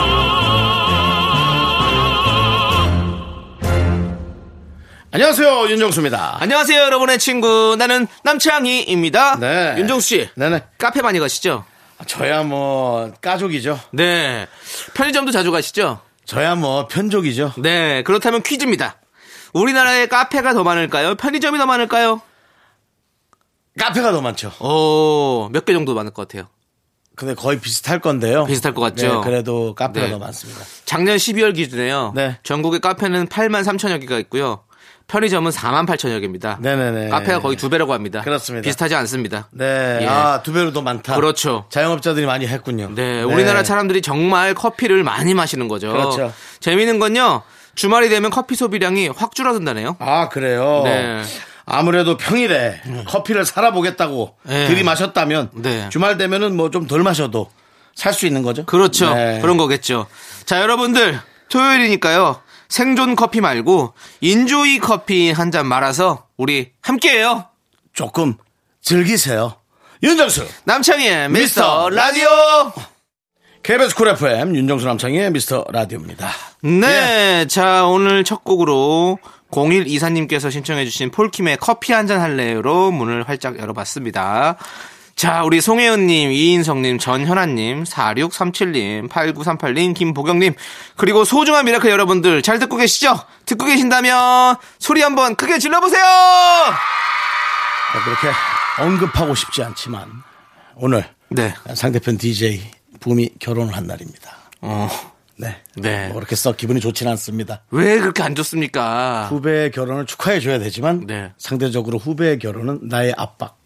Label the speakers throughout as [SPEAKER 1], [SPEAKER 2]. [SPEAKER 1] 안녕하세요 윤정수입니다.
[SPEAKER 2] 안녕하세요, 여러분의 친구. 나는 남창희입니다.
[SPEAKER 1] 네.
[SPEAKER 2] 윤정수 씨.
[SPEAKER 1] 네네.
[SPEAKER 2] 카페 많이 가시죠?
[SPEAKER 1] 아, 저야 뭐 까족이죠.
[SPEAKER 2] 네. 편의점도 자주 가시죠?
[SPEAKER 1] 저야 뭐 편족이죠.
[SPEAKER 2] 네. 그렇다면 퀴즈입니다. 우리나라에 카페가 더 많을까요? 편의점이 더 많을까요?
[SPEAKER 1] 카페가 더 많죠.
[SPEAKER 2] 오, 몇 개 정도 많을 것 같아요.
[SPEAKER 1] 근데 거의 비슷할 건데요.
[SPEAKER 2] 비슷할 것 같죠?
[SPEAKER 1] 네, 그래도 카페가
[SPEAKER 2] 네.
[SPEAKER 1] 더 많습니다.
[SPEAKER 2] 작년 12월 기준에요.
[SPEAKER 1] 네.
[SPEAKER 2] 전국의 카페는 8만 3천여 개가 있고요. 편의점은 4만 8천여 개입니다.
[SPEAKER 1] 네네네.
[SPEAKER 2] 카페가 거의 두 배라고 합니다.
[SPEAKER 1] 그렇습니다.
[SPEAKER 2] 비슷하지 않습니다.
[SPEAKER 1] 네.
[SPEAKER 2] 예.
[SPEAKER 1] 아, 두 배로 더 많다.
[SPEAKER 2] 그렇죠.
[SPEAKER 1] 자영업자들이 많이 했군요.
[SPEAKER 2] 네, 우리나라 사람들이 정말 커피를 많이 마시는 거죠.
[SPEAKER 1] 그렇죠.
[SPEAKER 2] 재미있는 건요. 주말이 되면 커피 소비량이 확 줄어든다네요.
[SPEAKER 1] 아, 그래요?
[SPEAKER 2] 네.
[SPEAKER 1] 아무래도 평일에 커피를 살아보겠다고
[SPEAKER 2] 네.
[SPEAKER 1] 들이마셨다면
[SPEAKER 2] 네.
[SPEAKER 1] 주말 되면은 뭐 좀 덜 마셔도 살 수 있는 거죠?
[SPEAKER 2] 그렇죠.
[SPEAKER 1] 네.
[SPEAKER 2] 그런 거겠죠. 자, 여러분들 토요일이니까요. 생존 커피 말고 인조이 커피 한 잔 말아서 우리 함께해요.
[SPEAKER 1] 조금 즐기세요. 윤정수!
[SPEAKER 2] 남창희의 미스터 라디오.
[SPEAKER 1] KBS 쿨 FM 윤정수 남창희의 미스터 라디오입니다.
[SPEAKER 2] 네, 자 오늘 첫 곡으로 01 이사님께서 신청해주신 폴킴의 커피 한 잔 할래요로 문을 활짝 열어봤습니다. 자, 우리 송혜은님, 이인성님, 전현아님, 4637님, 8938님, 김보경님, 그리고 소중한 미라클 여러분들 잘 듣고 계시죠? 듣고 계신다면 소리 한번 크게 질러보세요!
[SPEAKER 1] 자, 그렇게 언급하고 싶지 않지만 오늘
[SPEAKER 2] 네,
[SPEAKER 1] 상대편 DJ 붐이 결혼을 한 날입니다.
[SPEAKER 2] 어,
[SPEAKER 1] 네.
[SPEAKER 2] 네.
[SPEAKER 1] 뭐 그렇게 썩 기분이 좋진 않습니다.
[SPEAKER 2] 왜 그렇게 안 좋습니까?
[SPEAKER 1] 후배의 결혼을 축하해줘야 되지만
[SPEAKER 2] 네.
[SPEAKER 1] 상대적으로 후배의 결혼은 나의 압박,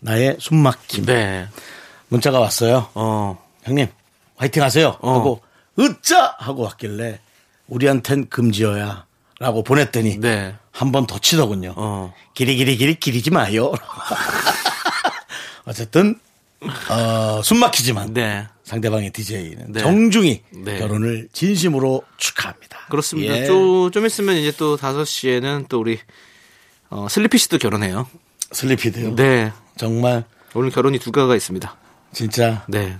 [SPEAKER 1] 나의 숨막힘.
[SPEAKER 2] 네,
[SPEAKER 1] 문자가 왔어요.
[SPEAKER 2] 어,
[SPEAKER 1] 형님 화이팅 하세요
[SPEAKER 2] 어.
[SPEAKER 1] 하고 으짜 하고 왔길래 우리한텐 금지어야 라고 보냈더니
[SPEAKER 2] 네.
[SPEAKER 1] 한 번 더 치더군요
[SPEAKER 2] 어.
[SPEAKER 1] 길이 길이 길이 길이지 마요 어쨌든 어, 숨막히지만
[SPEAKER 2] 네.
[SPEAKER 1] 상대방의 DJ는
[SPEAKER 2] 네.
[SPEAKER 1] 정중히
[SPEAKER 2] 네.
[SPEAKER 1] 결혼을 진심으로 축하합니다
[SPEAKER 2] 그렇습니다.
[SPEAKER 1] 예.
[SPEAKER 2] 좀, 좀 있으면 이제 또 5시에는 또 우리, 어, 슬리피 씨도 결혼해요.
[SPEAKER 1] 슬리피드요
[SPEAKER 2] 네.
[SPEAKER 1] 정말
[SPEAKER 2] 오늘 결혼이 두 가가 있습니다.
[SPEAKER 1] 진짜
[SPEAKER 2] 네.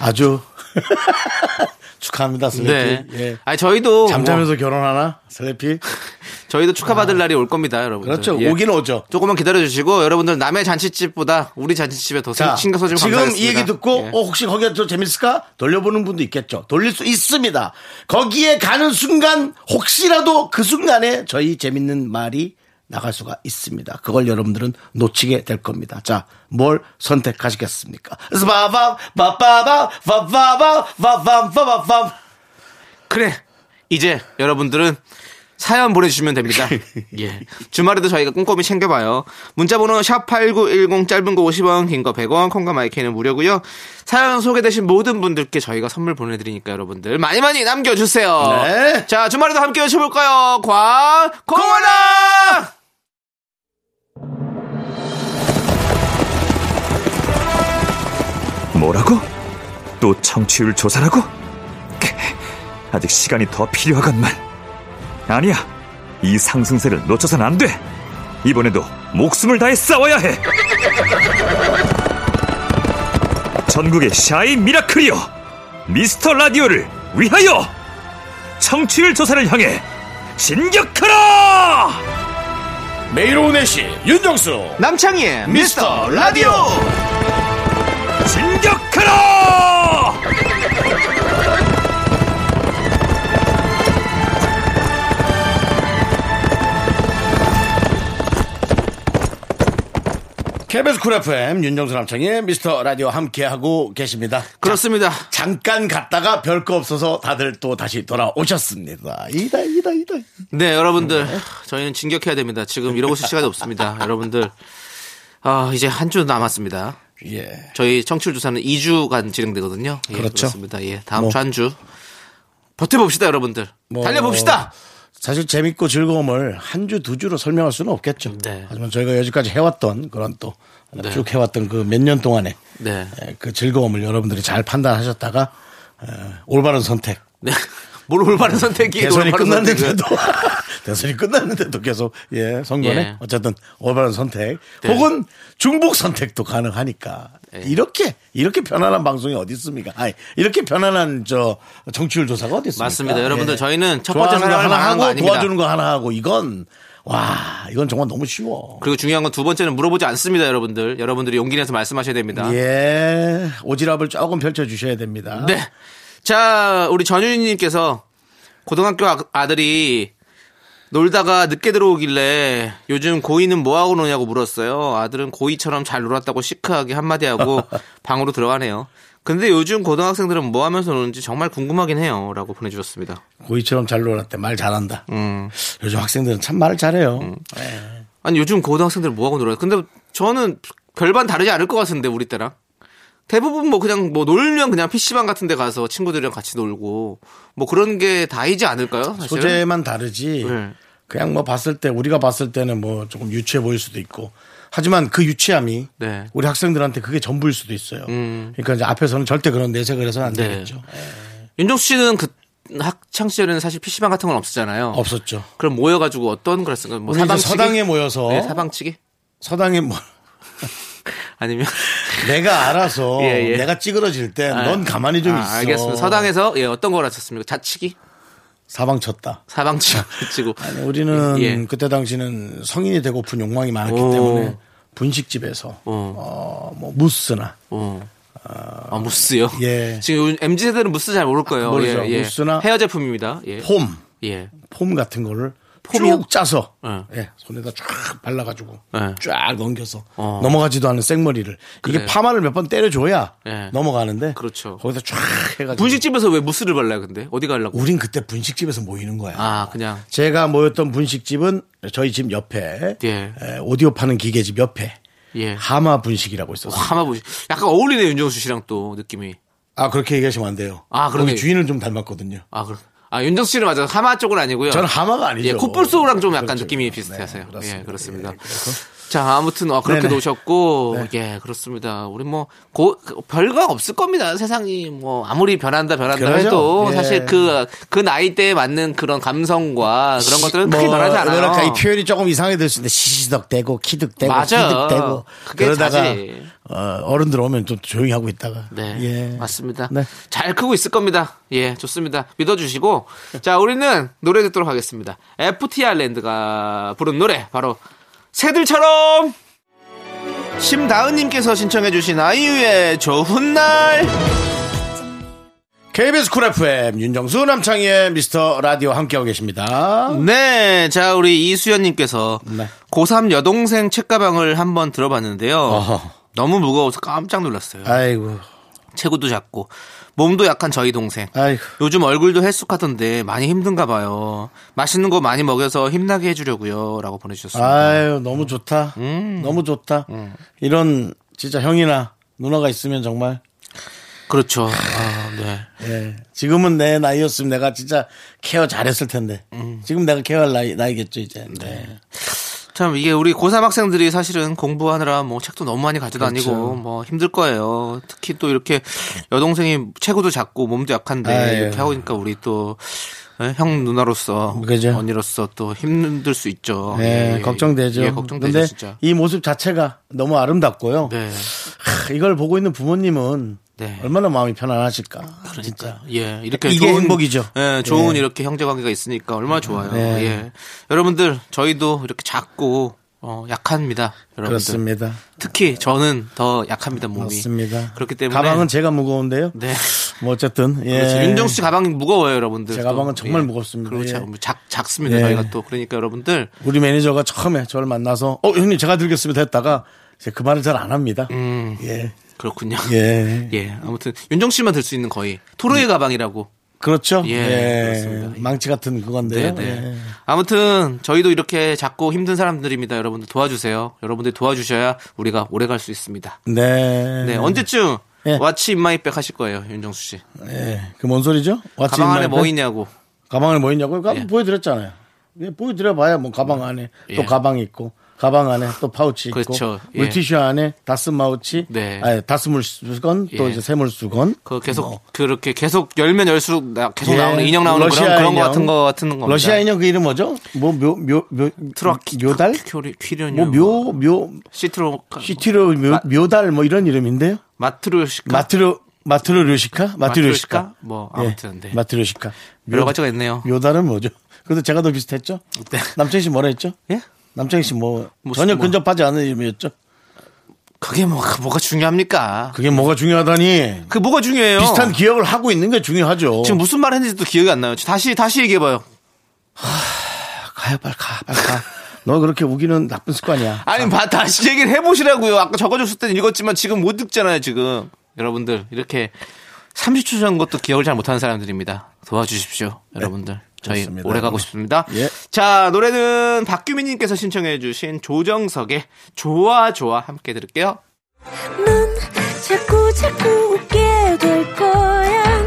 [SPEAKER 1] 아주 축하합니다 슬리피
[SPEAKER 2] 네.
[SPEAKER 1] 예.
[SPEAKER 2] 아니, 저희도. 뭐,
[SPEAKER 1] 잠자면서 결혼하나 슬리피
[SPEAKER 2] 저희도 축하받을 날이 올 겁니다, 여러분.
[SPEAKER 1] 그렇죠 오긴 오죠
[SPEAKER 2] 조금만 기다려주시고, 여러분들 남의 잔치집보다 우리 잔치집에 더
[SPEAKER 1] 자,
[SPEAKER 2] 신경 써주면
[SPEAKER 1] 지금
[SPEAKER 2] 감사하겠습니다.
[SPEAKER 1] 이 얘기 듣고
[SPEAKER 2] 예.
[SPEAKER 1] 어, 혹시 거기가 더 재밌을까? 돌려보는 분도 있겠죠. 돌릴 수 있습니다. 거기에 가는 순간 혹시라도 그 순간에 저희 재밌는 말이 나갈 수가 있습니다. 그걸 여러분들은 놓치게 될 겁니다. 자, 뭘 선택하시겠습니까? 스바밤, 바바밤, 바바밤, 바밤, 바바밤.
[SPEAKER 2] 그래. 이제 여러분들은 사연 보내주시면 됩니다. 예. 주말에도 저희가 꼼꼼히 챙겨봐요. 문자번호 샵8910 짧은 거 50원, 긴 거 100원, 콩과 마이크는 무료고요 사연 소개되신 모든 분들께 저희가 선물 보내드리니까 여러분들 많이 많이 남겨주세요.
[SPEAKER 1] 네.
[SPEAKER 2] 자, 주말에도 함께 외쳐볼까요? 광, 콩원아!
[SPEAKER 3] 뭐라고? 또 청취율 조사라고? 캬, 아직 시간이 더 필요하건만. 아니야. 이 상승세를 놓쳐선 안 돼. 이번에도 목숨을 다해 싸워야 해. 전국의 샤이 미라클이요. 미스터 라디오를 위하여 청취율 조사를 향해 진격하라!
[SPEAKER 1] 매일 오후 4시 윤정수
[SPEAKER 2] 남창희의
[SPEAKER 1] 미스터 라디오
[SPEAKER 3] 진격하라!
[SPEAKER 1] KBS 쿨 FM 윤정수 남창의 미스터 라디오 함께하고 계십니다.
[SPEAKER 2] 그렇습니다.
[SPEAKER 1] 잠깐 갔다가 별거 없어서 다들 또 다시 돌아오셨습니다. 이다 이다 이다.
[SPEAKER 2] 네, 여러분들 저희는 진격해야 됩니다. 지금 이러고 있을 시간이 없습니다. 여러분들 아 이제 한 주 남았습니다.
[SPEAKER 1] 예.
[SPEAKER 2] 저희 청취율 조사는 2주간 진행되거든요. 예,
[SPEAKER 1] 그렇죠.
[SPEAKER 2] 그렇습니다. 예, 다음
[SPEAKER 1] 뭐.
[SPEAKER 2] 주 한 주 버텨봅시다, 여러분들.
[SPEAKER 1] 뭐.
[SPEAKER 2] 달려봅시다.
[SPEAKER 1] 사실 재밌고 즐거움을 한 주, 두 주로 설명할 수는 없겠죠.
[SPEAKER 2] 네.
[SPEAKER 1] 하지만 저희가 여지까지 해왔던 그런 또 쭉 해왔던 그 몇 년 동안에
[SPEAKER 2] 네.
[SPEAKER 1] 예, 그 즐거움을 여러분들이 잘 판단하셨다가 에, 올바른 선택.
[SPEAKER 2] 네. 뭘 올바른 선택이
[SPEAKER 1] 대선이
[SPEAKER 2] 올바른 선택은.
[SPEAKER 1] 끝났는데도 대선이 끝났는데도 계속 예 선거네
[SPEAKER 2] 예.
[SPEAKER 1] 어쨌든 올바른 선택
[SPEAKER 2] 네.
[SPEAKER 1] 혹은 중복 선택도 가능하니까 이렇게 이렇게 편안한 방송이 어디 있습니까? 아니 이렇게 편안한 저 정치율 조사가 어디 있습니까?
[SPEAKER 2] 맞습니다. 여러분들,
[SPEAKER 1] 예.
[SPEAKER 2] 저희는 첫
[SPEAKER 1] 좋아하는
[SPEAKER 2] 번째
[SPEAKER 1] 거
[SPEAKER 2] 생각을
[SPEAKER 1] 하나
[SPEAKER 2] 말하는 거
[SPEAKER 1] 하고
[SPEAKER 2] 아닙니다.
[SPEAKER 1] 도와주는 거 하나 하고 이건 와 이건 정말 너무 쉬워.
[SPEAKER 2] 그리고 중요한 건 두 번째는 물어보지 않습니다, 여러분들. 여러분들이 용기 내서 말씀하셔야 됩니다.
[SPEAKER 1] 예 오지랖을 조금 펼쳐 주셔야 됩니다.
[SPEAKER 2] 네. 자, 우리 전윤희님께서 고등학교 아- 아들이 놀다가 늦게 들어오길래 요즘 고2는 뭐하고 노냐고 물었어요. 아들은 고2처럼 잘 놀았다고 시크하게 한마디 하고 방으로 들어가네요. 근데 요즘 고등학생들은 뭐 하면서 노는지 정말 궁금하긴 해요. 라고 보내주셨습니다.
[SPEAKER 1] 고이처럼 잘 놀았대 말 잘한다.
[SPEAKER 2] 음.
[SPEAKER 1] 요즘 학생들은 참 말을 잘해요.
[SPEAKER 2] 아니, 요즘 고등학생들은 뭐하고 놀아요? 근데 저는 별반 다르지 않을 것 같은데, 우리 때랑. 대부분 뭐 그냥 뭐 놀면 그냥 PC방 같은 데 가서 친구들이랑 같이 놀고 뭐 그런 게 다이지 않을까요? 사실은?
[SPEAKER 1] 소재만 다르지.
[SPEAKER 2] 네.
[SPEAKER 1] 그냥 뭐 봤을 때 우리가 봤을 때는 뭐 조금 유치해 보일 수도 있고. 하지만 그 유치함이
[SPEAKER 2] 네. 음.
[SPEAKER 1] 우리 학생들한테 그게 전부일 수도 있어요. 그러니까 이제 앞에서는 절대 그런 내색을 해서는 안
[SPEAKER 2] 네.
[SPEAKER 1] 되겠죠.
[SPEAKER 2] 윤정수 씨는 그 학창 시절에는 사실 PC방 같은 건 없었잖아요.
[SPEAKER 1] 없었죠.
[SPEAKER 2] 그럼 모여 가지고 어떤 그랬을까요? 뭐
[SPEAKER 1] 우리 이제
[SPEAKER 2] 사방치기?
[SPEAKER 1] 서당에 뭐? 모여서
[SPEAKER 2] 네, 사방치기?
[SPEAKER 1] 서당에 모
[SPEAKER 2] 아니면
[SPEAKER 1] 내가 알아서
[SPEAKER 2] 예, 예.
[SPEAKER 1] 내가 찌그러질 때
[SPEAKER 2] 아,
[SPEAKER 1] 넌 가만히 좀
[SPEAKER 2] 아,
[SPEAKER 1] 있어.
[SPEAKER 2] 알겠습니다. 서당에서 예, 어떤 걸 하셨습니까? 자치기?
[SPEAKER 1] 사방 쳤다.
[SPEAKER 2] 사방치고
[SPEAKER 1] 아니, 우리는
[SPEAKER 2] 예.
[SPEAKER 1] 그때 당시는 성인이 되고픈 욕망이 많았기
[SPEAKER 2] 오.
[SPEAKER 1] 때문에 분식집에서 어, 뭐 무스나
[SPEAKER 2] 어. 아, 무스요?
[SPEAKER 1] 예.
[SPEAKER 2] 지금 MZ 세대는 무스 잘 모를 거예요.
[SPEAKER 1] 모르죠.
[SPEAKER 2] 예, 예.
[SPEAKER 1] 무스나-
[SPEAKER 2] 헤어 제품입니다. 예.
[SPEAKER 1] 폼
[SPEAKER 2] 예.
[SPEAKER 1] 폼 같은 거를
[SPEAKER 2] 폼이요?
[SPEAKER 1] 쭉 짜서
[SPEAKER 2] 예.
[SPEAKER 1] 예, 손에다 쫙 발라가지고
[SPEAKER 2] 예.
[SPEAKER 1] 쫙 넘겨서
[SPEAKER 2] 어.
[SPEAKER 1] 넘어가지도 않은 생머리를 이게
[SPEAKER 2] 그래요.
[SPEAKER 1] 파마를 몇 번 때려줘야
[SPEAKER 2] 예.
[SPEAKER 1] 넘어가는데
[SPEAKER 2] 그렇죠.
[SPEAKER 1] 거기다 쫙 해가지고
[SPEAKER 2] 분식집에서 왜 무스를 발라요, 근데? 어디 가려고?
[SPEAKER 1] 우린 그때 분식집에서 모이는 거야.
[SPEAKER 2] 아, 그냥
[SPEAKER 1] 제가 모였던 분식집은 저희 집 옆에
[SPEAKER 2] 예.
[SPEAKER 1] 에, 오디오 파는 기계집 옆에
[SPEAKER 2] 예.
[SPEAKER 1] 하마 분식이라고 있었어요.
[SPEAKER 2] 가만 보시. 약간 어울리네, 윤정수 씨랑 또 느낌이.
[SPEAKER 1] 아 그렇게 얘기하시면 안 돼요.
[SPEAKER 2] 아, 그러네.
[SPEAKER 1] 거기 주인을 좀 닮았거든요.
[SPEAKER 2] 아, 그럼. 아, 윤정수 씨는 맞아요. 하마 쪽은 아니고요.
[SPEAKER 1] 저는 하마가 아니죠.
[SPEAKER 2] 예, 콧불소랑 좀 약간
[SPEAKER 1] 그렇죠.
[SPEAKER 2] 느낌이
[SPEAKER 1] 네,
[SPEAKER 2] 비슷하세요.
[SPEAKER 1] 그렇습니다.
[SPEAKER 2] 예, 그렇습니다.
[SPEAKER 1] 예, 그래서
[SPEAKER 2] 자, 아무튼 어, 그렇게
[SPEAKER 1] 네네.
[SPEAKER 2] 노셨고 예, 그렇습니다. 우리 뭐 고, 그, 별거 없을 겁니다. 세상이 뭐 아무리 변한다 변한다
[SPEAKER 1] 그러죠.
[SPEAKER 2] 해도
[SPEAKER 1] 예.
[SPEAKER 2] 사실 그 그 나이대에 맞는 그런 감성과 그런 것들은 크게
[SPEAKER 1] 뭐,
[SPEAKER 2] 변하지 않아요.
[SPEAKER 1] 그러니까 이 표현이 조금 이상해 될 수 있는데 시시덕대고 키득대고
[SPEAKER 2] 맞아요.
[SPEAKER 1] 키득대고
[SPEAKER 2] 그게
[SPEAKER 1] 그러다가
[SPEAKER 2] 자제.
[SPEAKER 1] 어, 른들 오면 좀 조용히 하고 있다가
[SPEAKER 2] 네.
[SPEAKER 1] 예.
[SPEAKER 2] 맞습니다.
[SPEAKER 1] 네.
[SPEAKER 2] 잘 크고 있을 겁니다. 예, 좋습니다. 믿어주시고. 자, 우리는 노래 듣도록 하겠습니다. FTR 랜드가 부른 노래, 바로 새들처럼! 심다은님께서 신청해주신 아이유의 좋은 날!
[SPEAKER 1] KBS 쿨 FM 윤정수 남창희의 미스터 라디오 함께하고 계십니다.
[SPEAKER 2] 네, 자, 우리 이수연님께서
[SPEAKER 1] 네.
[SPEAKER 2] 고3 여동생 책가방을 한번 들어봤는데요.
[SPEAKER 1] 어허.
[SPEAKER 2] 너무 무거워서 깜짝 놀랐어요.
[SPEAKER 1] 아이고
[SPEAKER 2] 체구도 작고, 몸도 약한 저희 동생.
[SPEAKER 1] 아이고
[SPEAKER 2] 요즘 얼굴도 헬쑥하던데 많이 힘든가 봐요. 맛있는 거 많이 먹여서 힘나게 해주려고요. 라고 보내주셨습니다.
[SPEAKER 1] 아유 너무 좋다.
[SPEAKER 2] 음.
[SPEAKER 1] 너무 좋다. 이런 진짜 형이나 누나가 있으면 정말
[SPEAKER 2] 그렇죠. 아, 네.
[SPEAKER 1] 예. 지금은 내 나이였으면 내가 진짜 케어 잘했을 텐데
[SPEAKER 2] 음.
[SPEAKER 1] 지금 내가 케어할 나이, 나이겠죠 이제. 네.
[SPEAKER 2] 참, 이게 우리 고3 학생들이 사실은 공부하느라 뭐 책도 너무 많이 가져다니고
[SPEAKER 1] 그렇죠.
[SPEAKER 2] 뭐 힘들 거예요. 특히 또 이렇게 여동생이 체구도 작고 몸도 약한데
[SPEAKER 1] 아유.
[SPEAKER 2] 이렇게 하고 있니까 우리 또 예, 형 누나로서
[SPEAKER 1] 그죠.
[SPEAKER 2] 언니로서 또 힘들 수 있죠.
[SPEAKER 1] 네,
[SPEAKER 2] 예,
[SPEAKER 1] 걱정되죠.
[SPEAKER 2] 예, 걱정되죠,
[SPEAKER 1] 근데
[SPEAKER 2] 진짜.
[SPEAKER 1] 이 모습 자체가 너무 아름답고요.
[SPEAKER 2] 네.
[SPEAKER 1] 하, 이걸 보고 있는 부모님은
[SPEAKER 2] 네. 아,
[SPEAKER 1] 얼마나 마음이 편안하실까. 진짜.
[SPEAKER 2] 예, 이렇게
[SPEAKER 1] 이게
[SPEAKER 2] 좋은,
[SPEAKER 1] 행복이죠.
[SPEAKER 2] 예, 좋은
[SPEAKER 1] 예.
[SPEAKER 2] 이렇게 형제 관계가 있으니까 얼마나 좋아요.
[SPEAKER 1] 네.
[SPEAKER 2] 예, 여러분들 저희도 이렇게 작고 어, 약합니다. 여러분들.
[SPEAKER 1] 그렇습니다.
[SPEAKER 2] 특히 저는 더 약합니다 몸이.
[SPEAKER 1] 그렇습니다.
[SPEAKER 2] 그렇기 때문에
[SPEAKER 1] 가방은 제가 무거운데요.
[SPEAKER 2] 네.
[SPEAKER 1] 뭐 어쨌든 예.
[SPEAKER 2] 그렇죠. 윤정수 씨 가방이 무거워요, 여러분들.
[SPEAKER 1] 제
[SPEAKER 2] 또
[SPEAKER 1] 가방은 정말 무겁습니다.
[SPEAKER 2] 그리고
[SPEAKER 1] 예.
[SPEAKER 2] 참 작, 작습니다,
[SPEAKER 1] 예.
[SPEAKER 2] 저희가 또. 그러니까 여러분들.
[SPEAKER 1] 우리 매니저가 처음에 저를 만나서 어 형님 제가 들겠습니다 했다가 이제 그 말을 잘 안 합니다.
[SPEAKER 2] 음.
[SPEAKER 1] 예.
[SPEAKER 2] 그렇군요.
[SPEAKER 1] 예. 음.
[SPEAKER 2] 예, 아무튼 윤정 씨만 들 수 있는 거의 토르의 가방이라고.
[SPEAKER 1] 그렇죠.
[SPEAKER 2] 예,
[SPEAKER 1] 예.
[SPEAKER 2] 그렇습니다.
[SPEAKER 1] 망치 같은 그건데요.
[SPEAKER 2] 네, 네.
[SPEAKER 1] 예.
[SPEAKER 2] 아무튼 저희도 이렇게 작고 힘든 사람들입니다. 여러분들 도와주세요. 여러분들 도와주셔야 우리가 오래 갈 수 있습니다.
[SPEAKER 1] 네.
[SPEAKER 2] 네, 언제쯤
[SPEAKER 1] 예.
[SPEAKER 2] 왓츠 인마이백 하실 거예요, 윤정수 씨.
[SPEAKER 1] 예. 그뭔 소리죠? What's in
[SPEAKER 2] 가방 안에
[SPEAKER 1] my
[SPEAKER 2] 뭐
[SPEAKER 1] bag?
[SPEAKER 2] 있냐고.
[SPEAKER 1] 가방 안에 뭐 있냐고? 요
[SPEAKER 2] 예.
[SPEAKER 1] 보여드렸잖아요. 예, 보여드려봐야 뭐 가방 안에 또
[SPEAKER 2] 예.
[SPEAKER 1] 가방 있고 가방 안에 또 파우치 있고
[SPEAKER 2] 그렇죠. 예.
[SPEAKER 1] 물티슈 안에 다스 마우치,
[SPEAKER 2] 네.
[SPEAKER 1] 아니, 예, 다스 물수건 또
[SPEAKER 2] 예.
[SPEAKER 1] 이제 새물수건 뭐.
[SPEAKER 2] 그 계속 그렇게 계속 열면 열수록 나, 계속
[SPEAKER 1] 예,
[SPEAKER 2] 나오는 인형 나오는 그런 그런 거 같은 거 같은 겁니다.
[SPEAKER 1] 러시아 인형 그 이름 뭐죠? 뭐 묘 묘묘
[SPEAKER 2] 트로키
[SPEAKER 1] 묘달?
[SPEAKER 2] 큐리 퀴리언
[SPEAKER 1] 뭐 묘 묘
[SPEAKER 2] 시트로
[SPEAKER 1] 시티로 묘, 묘달 뭐 이런 이름인데요?
[SPEAKER 2] 마트로시카
[SPEAKER 1] 마트로 마트로 료시카 마트료시카
[SPEAKER 2] 그
[SPEAKER 1] 예.
[SPEAKER 2] 마트료시카? 뭐 아무튼, 네.
[SPEAKER 1] 마트료시카
[SPEAKER 2] 여러 가지가 있네요.
[SPEAKER 1] 묘달은 뭐죠? 그래도 제가 더 비슷했죠?
[SPEAKER 2] 네.
[SPEAKER 1] 남창희 씨 뭐라 했죠?
[SPEAKER 2] 예?
[SPEAKER 1] 남창희 씨뭐
[SPEAKER 2] 뭐,
[SPEAKER 1] 전혀
[SPEAKER 2] 뭐.
[SPEAKER 1] 근접하지 않은 이름이었죠?
[SPEAKER 2] 그게 뭐 뭐가 중요합니까?
[SPEAKER 1] 그게 뭐가 중요하다니
[SPEAKER 2] 그 뭐가 중요해요?
[SPEAKER 1] 비슷한 기억을 하고 있는 게 중요하죠.
[SPEAKER 2] 지금 뭐- 무슨 말 했는지도 기억이 안 나요. 다시 다시 얘기해 봐요.
[SPEAKER 1] 가요 빨리 가 빨리 가. 너 그렇게 우기는 나쁜 습관이야.
[SPEAKER 2] 아니, 봐, 다시 얘기를 해보시라고요. 아까 적어줬을 땐 읽었지만 지금 못 읽잖아요, 지금. 여러분들, 이렇게 30초 전 것도 기억을 잘 못하는 사람들입니다. 도와주십시오, 여러분들. 저희
[SPEAKER 1] 네, 좋습니다.
[SPEAKER 2] 오래 가고 싶습니다.
[SPEAKER 1] 예.
[SPEAKER 2] 자, 노래는 박규민님께서 신청해주신 조정석의 좋아, 좋아 함께 들을게요.
[SPEAKER 4] 넌 자꾸 자꾸 웃게 될 거야.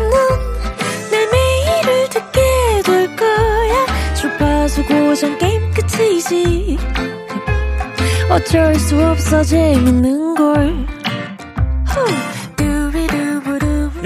[SPEAKER 4] 넌내 매일을 듣게 될 거야. 주파수 고정 게임 끝이지. 어쩔 수 없어 재밌는 걸. 후. 두비두부두부.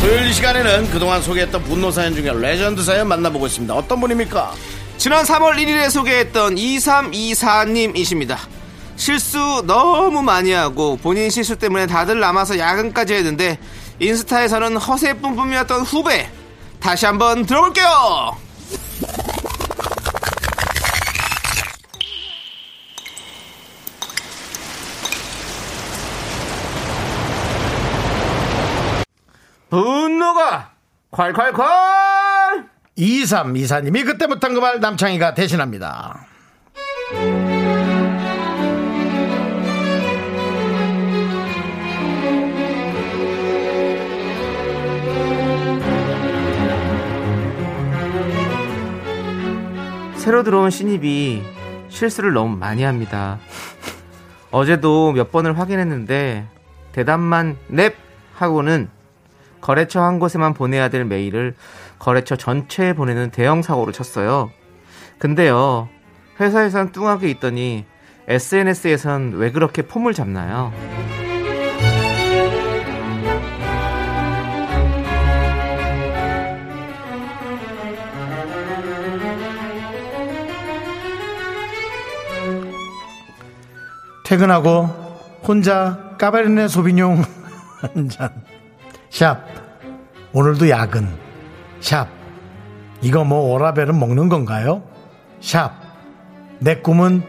[SPEAKER 1] 토요일 이 시간에는 그동안 소개했던 분노 사연 중에 레전드 사연 만나보고 있습니다. 어떤 분입니까?
[SPEAKER 2] 지난 3월 1일에 소개했던 2324님이십니다. 실수 너무 많이 하고 본인 실수 때문에 다들 남아서 야근까지 했는데 인스타에서는 허세 뿜뿜이었던 후배 다시 한번 들어볼게요. 분노가 콸콸콸
[SPEAKER 1] 2324님이 그때 못한 그 말 남창희가 대신합니다.
[SPEAKER 2] 새로 들어온 신입이 실수를 너무 많이 합니다. 어제도 몇 번을 확인했는데 대답만 넵 하고는 거래처 한 곳에만 보내야 될 메일을 거래처 전체에 보내는 대형 사고를 쳤어요. 근데요, 회사에선 뚱하게 있더니 SNS에선 왜 그렇게 폼을 잡나요?
[SPEAKER 1] 퇴근하고 혼자 까베르네 소비뇽 한 잔. 샵. 오늘도 야근. 샵. 이거 뭐 오라벨은 먹는 건가요? 샵. 내 꿈은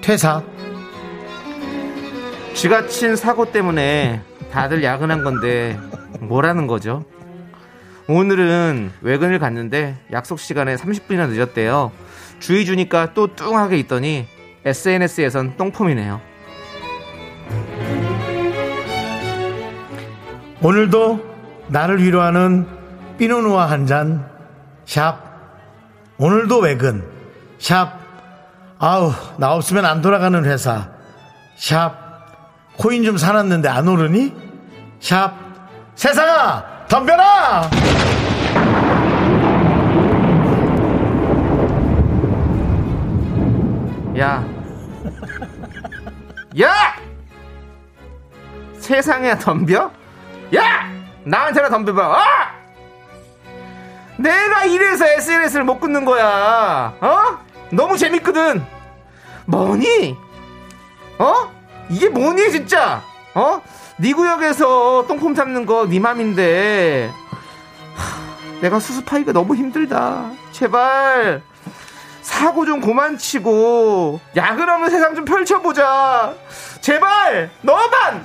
[SPEAKER 1] 퇴사.
[SPEAKER 2] 쥐가 친 사고 때문에 다들 야근한 건데 뭐라는 거죠? 오늘은 외근을 갔는데 약속 시간에 30분이나 늦었대요. 주의 주니까 또 뚱하게 있더니 SNS에선 똥폼이네요.
[SPEAKER 1] 오늘도 나를 위로하는 피노누아 한 잔. 샵. 오늘도 외근. 샵. 아우, 나 없으면 안 돌아가는 회사. 샵. 코인 좀 사놨는데 안 오르니? 샵. 세상아! 덤벼라!
[SPEAKER 2] 야. 야! 세상에 덤벼? 야! 나한테나 덤벼봐. 어? 내가 이래서 SNS를 못 끊는 거야. 어? 너무 재밌거든. 뭐니? 어? 이게 뭐니 진짜? 어? 네 구역에서 똥폼 잡는 거 네 맘인데 하, 내가 수습하기가 너무 힘들다. 제발 사고 좀 그만 치고 야근 없는 세상 좀 펼쳐보자 제발 너만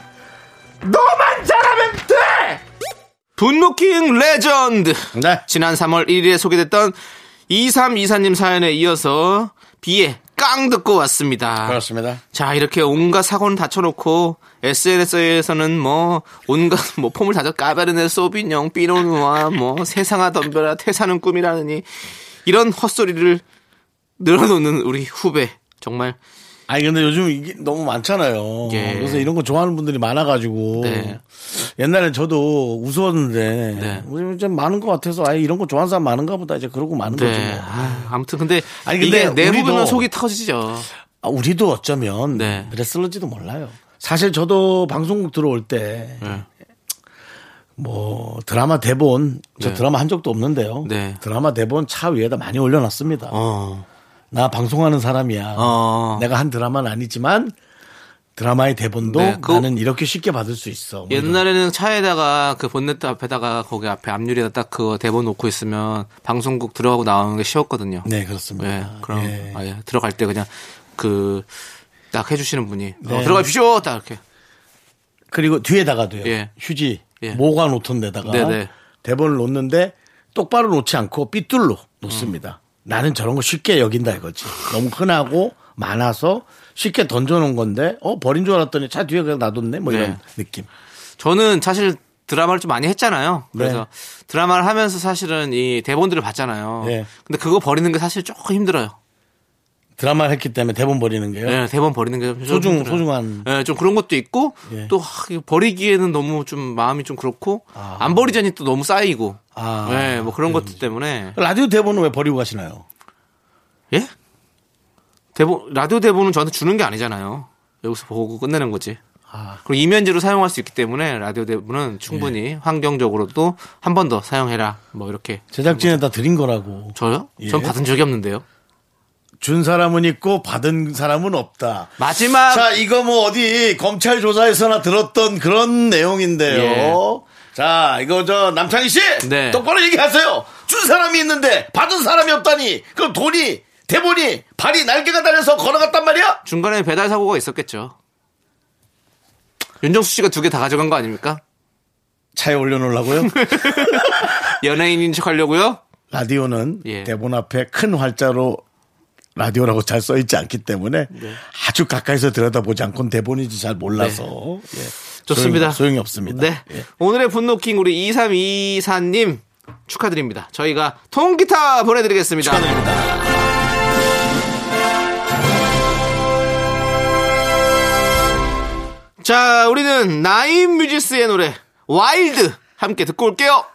[SPEAKER 2] 너만 잘하면 돼 분노킹 레전드
[SPEAKER 1] 네.
[SPEAKER 2] 지난 3월 1일에 소개됐던 2324님 사연에 이어서 비의 깡 듣고 왔습니다.
[SPEAKER 1] 그렇습니다.
[SPEAKER 2] 자, 이렇게 온갖 사고는 다쳐놓고, SNS에서는 뭐, 온갖, 뭐, 폼을 다져 까베르네, 소비뇽, 피노누아, 뭐, 세상아 덤벼라, 퇴사는 꿈이라느니, 이런 헛소리를 늘어놓는 우리 후배. 정말,
[SPEAKER 1] 아니 근데 요즘 이게 너무 많잖아요.
[SPEAKER 2] 예.
[SPEAKER 1] 그래서 이런 거 좋아하는 분들이 많아가지고
[SPEAKER 2] 네.
[SPEAKER 1] 옛날에 저도 웃었는데
[SPEAKER 2] 네.
[SPEAKER 1] 요즘 좀 많은 것 같아서 아예 이런 거 좋아하는 사람 많은가 보다 이제 그러고 많은 거죠.
[SPEAKER 2] 네.
[SPEAKER 1] 뭐.
[SPEAKER 2] 아, 아무튼, 근데,
[SPEAKER 1] 아니, 근데
[SPEAKER 2] 이게 내
[SPEAKER 1] 우리도-
[SPEAKER 2] 부분은 속이 터지죠.
[SPEAKER 1] 아, 우리도 어쩌면
[SPEAKER 2] 네.
[SPEAKER 1] 그랬을지도 몰라요. 사실 저도 방송국 들어올 때
[SPEAKER 2] 네.
[SPEAKER 1] 뭐 드라마 대본 저
[SPEAKER 2] 네.
[SPEAKER 1] 드라마 한 적도 없는데요.
[SPEAKER 2] 네.
[SPEAKER 1] 드라마 대본 차 위에다 많이 올려놨습니다.
[SPEAKER 2] 어.
[SPEAKER 1] 나 방송하는 사람이야.
[SPEAKER 2] 어.
[SPEAKER 1] 내가 한 드라마는 아니지만 드라마의 대본도
[SPEAKER 2] 네, 그- 예.
[SPEAKER 1] 나는 이렇게 쉽게 받을 수 있어. 뭐 이런.
[SPEAKER 2] 옛날에는 차에다가 그 본네트 앞에다가 거기 앞에 앞유리에다 딱 그거 대본 놓고 있으면 방송국 들어가고 나오는 게 쉬웠거든요.
[SPEAKER 1] 네 그렇습니다.
[SPEAKER 2] 예, 그럼
[SPEAKER 1] 예.
[SPEAKER 2] 아, 예, 들어갈 때 그냥 그 딱 해주시는 분이 어,
[SPEAKER 1] 네.
[SPEAKER 2] 들어가십시오 딱 이렇게
[SPEAKER 1] 그리고 뒤에다가도요.
[SPEAKER 2] 예.
[SPEAKER 1] 휴지
[SPEAKER 2] 예.
[SPEAKER 1] 모과 놓던 데다가
[SPEAKER 2] 네네.
[SPEAKER 1] 대본을 놓는데 똑바로 놓지 않고 삐뚤로 놓습니다. 나는 저런 거 쉽게 여긴다 이거지. 너무 흔하고 많아서 쉽게 던져놓은 건데 어 버린 줄 알았더니 차 뒤에 그냥 놔뒀네 뭐 이런
[SPEAKER 2] 네.
[SPEAKER 1] 느낌.
[SPEAKER 2] 저는 사실 드라마를 좀 많이 했잖아요.
[SPEAKER 1] 네.
[SPEAKER 2] 그래서 드라마를 하면서 사실은 이 대본들을 봤잖아요.
[SPEAKER 1] 예.
[SPEAKER 2] 근데 그거 버리는 게 사실 조금 힘들어요.
[SPEAKER 1] 드라마를 했기 때문에 대본 버리는 게요.
[SPEAKER 2] 예, 대본 버리는 게좀
[SPEAKER 1] 소중- 소중한.
[SPEAKER 2] 예, 좀 그런 것도 있고
[SPEAKER 1] 예.
[SPEAKER 2] 또 하, 이거 버리기에는 너무 좀 마음이 좀 그렇고 안 버리자니 또 너무 쌓이고
[SPEAKER 1] 아.
[SPEAKER 2] 예, 뭐 그런 것들 때문에
[SPEAKER 1] 라디오 대본은 왜 버리고 가시나요?
[SPEAKER 2] 예? 대본 라디오 대본은 저한테 주는 게 아니잖아요. 여기서 보고 끝내는 거지.
[SPEAKER 1] 아.
[SPEAKER 2] 그리고 이면지로 사용할 수 있기 때문에 라디오 대본은 충분히
[SPEAKER 1] 예.
[SPEAKER 2] 환경적으로도 한 번 더 사용해라. 뭐 이렇게
[SPEAKER 1] 제작진에다 드린 거라고.
[SPEAKER 2] 저요?
[SPEAKER 1] 예.
[SPEAKER 2] 전 받은 적이 없는데요.
[SPEAKER 1] 준 사람은 있고 받은 사람은 없다.
[SPEAKER 2] 마지막
[SPEAKER 1] 자, 이거 뭐 어디 검찰 조사에서나 들었던 그런 내용인데요. 자, 이거 저 남창희 씨
[SPEAKER 2] 예. 네.
[SPEAKER 1] 똑바로 얘기하세요. 준 사람이 있는데 받은 사람이 없다니. 그럼 돈이 대본이 발이 날개가 달려서 걸어갔단 말이야?
[SPEAKER 2] 중간에 배달 사고가 있었겠죠. 윤정수 씨가 두 개 다 가져간 거 아닙니까?
[SPEAKER 1] 차에 올려놓으려고요.
[SPEAKER 2] 연예인인 척 하려고요?
[SPEAKER 1] 라디오는
[SPEAKER 2] 예.
[SPEAKER 1] 대본 앞에 큰 활자로 라디오라고 잘 써있지 않기 때문에
[SPEAKER 2] 네.
[SPEAKER 1] 아주 가까이서 들여다보지 않고는 대본인지 잘 몰라서 예.
[SPEAKER 2] 네. 좋습니다.
[SPEAKER 1] 소용이, 소용이 없습니다.
[SPEAKER 2] 네.
[SPEAKER 1] 예.
[SPEAKER 2] 오늘의 분노킹 우리 2324님 축하드립니다. 저희가 통기타 보내드리겠습니다. 자, 우리는 나인 뮤지스의 노래 와일드 함께 듣고 올게요.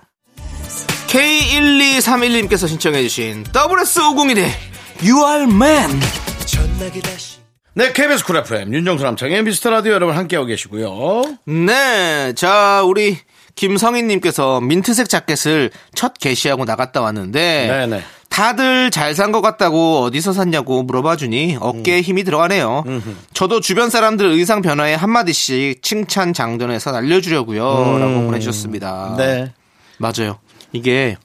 [SPEAKER 2] K1231님께서 신청해주신 WS501의 You Are Man.
[SPEAKER 1] 네, KBS 쿨 FM 윤정수 남창의 미스터 라디오 여러분 함께하고 계시고요.
[SPEAKER 2] 네. 자, 우리 김성희님께서 민트색 자켓을 첫 게시하고 나갔다 왔는데.
[SPEAKER 1] 네네.
[SPEAKER 2] 다들 잘 산 것 같다고 어디서 샀냐고 물어봐주니 어깨에
[SPEAKER 1] 음.
[SPEAKER 2] 힘이 들어가네요. 저도 주변 사람들 의상 변화에 한마디씩 칭찬 장전해서 날려주려고요. 라고 보내주셨습니다.
[SPEAKER 1] 음. 네.
[SPEAKER 2] 맞아요. 이게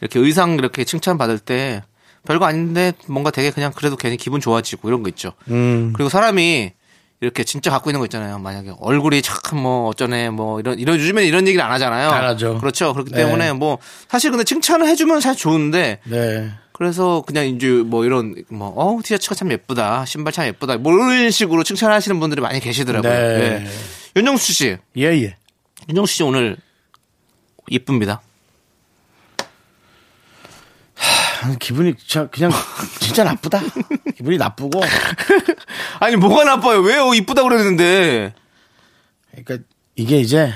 [SPEAKER 2] 이렇게 의상 이렇게 칭찬받을 때 별거 아닌데 뭔가 되게 그냥 그래도 괜히 기분 좋아지고 이런 거 있죠.
[SPEAKER 1] 음.
[SPEAKER 2] 그리고 사람이 이렇게 진짜 갖고 있는 거 있잖아요. 만약에 얼굴이 참 뭐 어쩌네 뭐 이런 이런 요즘에는 이런 얘기를 안 하잖아요.
[SPEAKER 1] 안 하죠.
[SPEAKER 2] 그렇죠. 그렇기
[SPEAKER 1] 네.
[SPEAKER 2] 때문에 뭐 사실 근데 칭찬을 해주면 사실 좋은데
[SPEAKER 1] 네.
[SPEAKER 2] 그래서 그냥 이제 뭐 이런 뭐 어, 티셔츠가 참 예쁘다. 신발 참 예쁘다. 뭐 이런 식으로 칭찬하시는 분들이 많이 계시더라고요.
[SPEAKER 1] 네.
[SPEAKER 2] 예. 윤정수 씨.
[SPEAKER 1] 예, 예.
[SPEAKER 2] 윤정수 씨 오늘 예쁩니다.
[SPEAKER 1] 아, 기분이 자- 그냥 진짜 나쁘다. 기분이 나쁘고.
[SPEAKER 2] 아니 뭐가 나빠요? 왜요? 이쁘다 그랬는데.
[SPEAKER 1] 그러니까 이게 이제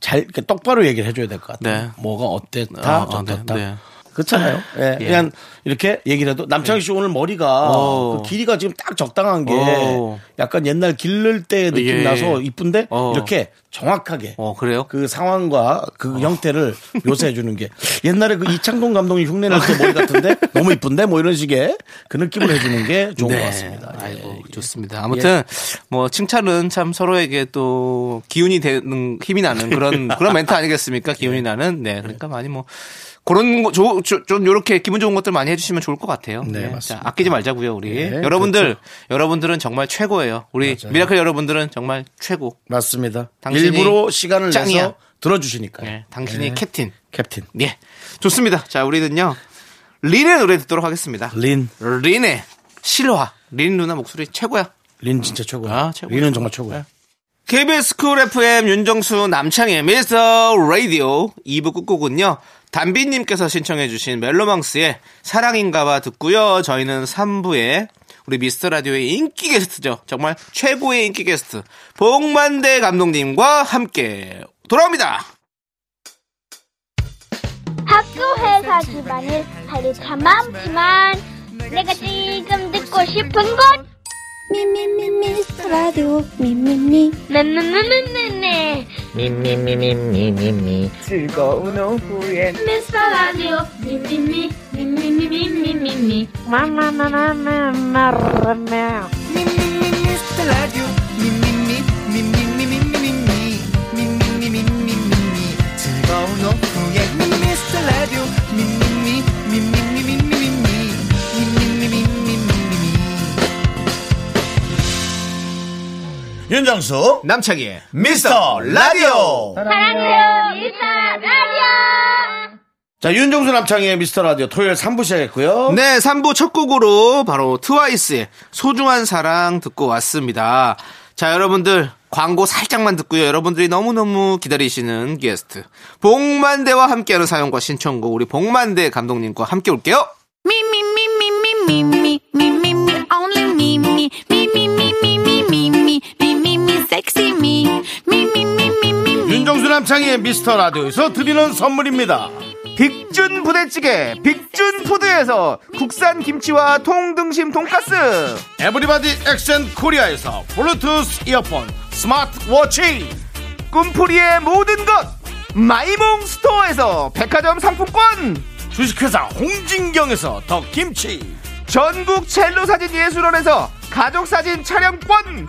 [SPEAKER 1] 잘 이렇게 똑바로 얘기를 해줘야 될 것 같아요.
[SPEAKER 2] 네.
[SPEAKER 1] 뭐가 어땠다,
[SPEAKER 2] 아, 아, 네,
[SPEAKER 1] 어떻다.
[SPEAKER 2] 네.
[SPEAKER 1] 그렇잖아요. 예,
[SPEAKER 2] 예.
[SPEAKER 1] 그냥 이렇게 얘기를 해도 남창희 씨 오늘 머리가
[SPEAKER 2] 어.
[SPEAKER 1] 그 길이가 지금 딱 적당한 게
[SPEAKER 2] 어.
[SPEAKER 1] 약간 옛날 길를 때 느낌
[SPEAKER 2] 예.
[SPEAKER 1] 나서 이쁜데
[SPEAKER 2] 어.
[SPEAKER 1] 이렇게 정확하게
[SPEAKER 2] 어 그래요? 어.
[SPEAKER 1] 그 상황과 그 형태를 묘사해 주는 게 옛날에 그 이창동 감독이 흉내 낼 때 머리 같은데 너무 이쁜데 뭐 이런 식의 그 느낌을 해주는 게 좋은 것 같습니다. 예.
[SPEAKER 2] 네. 아이고 좋습니다. 아무튼 뭐 칭찬은 참 서로에게 또 기운이 되는 힘이 나는 그런 그런 멘트 아니겠습니까?
[SPEAKER 1] 예.
[SPEAKER 2] 기운이 나는. 네. 그러니까 많이 뭐 그런 거, 조, 조, 좀 요렇게 기분 좋은 것들 많이 해주시면 좋을 것 같아요. 예.
[SPEAKER 1] 네,
[SPEAKER 2] 자,
[SPEAKER 1] 맞습니다.
[SPEAKER 2] 아끼지 말자고요, 우리
[SPEAKER 1] 네,
[SPEAKER 2] 여러분들 여러분들은 정말 최고예요. 우리
[SPEAKER 1] 맞아요.
[SPEAKER 2] 미라클 여러분들은 정말 최고.
[SPEAKER 1] 맞습니다.
[SPEAKER 2] 당신이
[SPEAKER 1] 일부러 시간을
[SPEAKER 2] 짱이야.
[SPEAKER 1] 내서 들어주시니까요.
[SPEAKER 2] 네, 당신이
[SPEAKER 1] 네.
[SPEAKER 2] 캡틴.
[SPEAKER 1] 캡틴
[SPEAKER 2] 예. 좋습니다. 자, 우리는요. 린의 노래 듣도록 하겠습니다.
[SPEAKER 1] 린
[SPEAKER 2] 린의 실화. 린 누나 목소리 최고야.
[SPEAKER 1] 린 진짜 최고야.
[SPEAKER 2] 아, 최고야.
[SPEAKER 1] 린은 정말 최고야.
[SPEAKER 2] KBS 쿨 FM 윤정수 남창의 미스터 라디오 2부 끝곡은요. 담비님께서 신청해주신 멜로망스의 사랑인가봐 듣고요. 저희는 3부에 우리 미스터 라디오의 인기 게스트죠. 정말 최고의 인기 게스트 복만대 감독님과 함께 돌아옵니다.
[SPEAKER 5] 학교 회사 집안일 할일 참 많지만 내가 지금 듣고 싶은 건
[SPEAKER 4] 미미미 미스터 라디오 미미미
[SPEAKER 5] 네, 네네네네네 미스터 라디오 미미미 미미미미미미미
[SPEAKER 4] 미미미 미스터
[SPEAKER 6] 윤정수
[SPEAKER 2] 남창희의
[SPEAKER 6] 미스터 라디오
[SPEAKER 5] 사랑해요 미스터 라디오
[SPEAKER 1] 자, 윤종수 남창의 미스터 라디오 토요일 3부 시작했고요.
[SPEAKER 2] 네, 3부 첫 곡으로 바로 트와이스의 소중한 사랑 듣고 왔습니다. 자, 여러분들 광고 살짝만 듣고요. 여러분들이 너무너무 기다리시는 게스트 복만대와 함께하는 사연과 신청곡 우리 복만대 감독님과 함께 올게요.
[SPEAKER 1] 윤종수 남창의 미스터 라디오에서 드리는 선물입니다.
[SPEAKER 2] 빅준 부대찌개 빅준푸드에서 국산 김치와 통등심 돈가스
[SPEAKER 1] 에브리바디 엑센 코리아에서 블루투스 이어폰, 스마트 워치,
[SPEAKER 2] 꿈풀이의 모든 것 마이몽 스토어에서 백화점 상품권
[SPEAKER 1] 주식회사 홍진경에서 더 김치,
[SPEAKER 2] 전국 첼로 사진 예술원에서 가족 사진 촬영권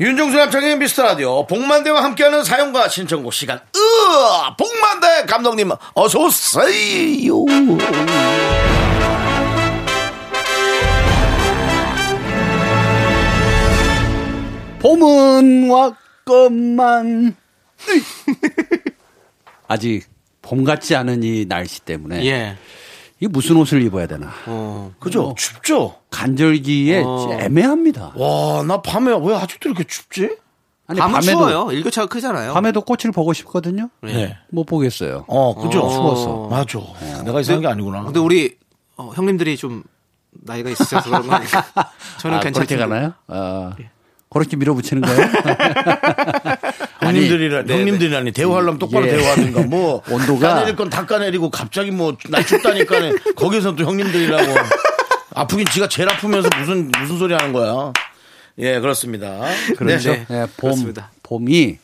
[SPEAKER 1] 윤종수 남창의 미스터 라디오 복만대와 함께하는 사연과 신청곡 시간. 으아! 복만대 감독님 어서 오세요.
[SPEAKER 7] 봄은 왔건만 아직 봄 같지 않은 이 날씨 때문에
[SPEAKER 2] 예
[SPEAKER 7] 이 무슨 옷을 입어야 되나
[SPEAKER 1] 그죠?
[SPEAKER 2] 어.
[SPEAKER 1] 춥죠?
[SPEAKER 7] 간절기에 애매합니다.
[SPEAKER 1] 와, 나 밤에 왜 아직도 이렇게 춥지?
[SPEAKER 7] 아니
[SPEAKER 2] 밤은
[SPEAKER 7] 밤에도
[SPEAKER 2] 추워요 일교차가 크잖아요
[SPEAKER 7] 밤에도 꽃을 보고 싶거든요.
[SPEAKER 2] 네.
[SPEAKER 7] 못 보겠어요.
[SPEAKER 1] 어, 그죠?
[SPEAKER 2] 어.
[SPEAKER 7] 추워서.
[SPEAKER 1] 맞아. 내가 이상한 게 아니구나.
[SPEAKER 2] 근데 우리 어, 형님들이 좀 나이가 있으셔서 그런 거 아닐까 저는
[SPEAKER 7] 아, 그렇게
[SPEAKER 2] 괜찮게
[SPEAKER 7] 가나요? 아,
[SPEAKER 2] 예.
[SPEAKER 7] 그렇게 밀어붙이는 거예요?
[SPEAKER 1] 형님들이라,
[SPEAKER 2] 네,
[SPEAKER 1] 형님들이라니 대우하려면 똑바로
[SPEAKER 7] 예.
[SPEAKER 1] 대우하든가 뭐.
[SPEAKER 7] 온도가-
[SPEAKER 1] 까내릴 건 다 까내리고 갑자기 뭐, 날 춥다니까 거기서 또 형님들이라고. 아프긴 지가 제일 아프면서 무슨, 무슨 소리 하는 거야. 예, 그렇습니다.
[SPEAKER 7] 그렇죠.
[SPEAKER 2] 네, 네.
[SPEAKER 7] 예, 봄,
[SPEAKER 2] 그렇습니다.
[SPEAKER 7] 봄이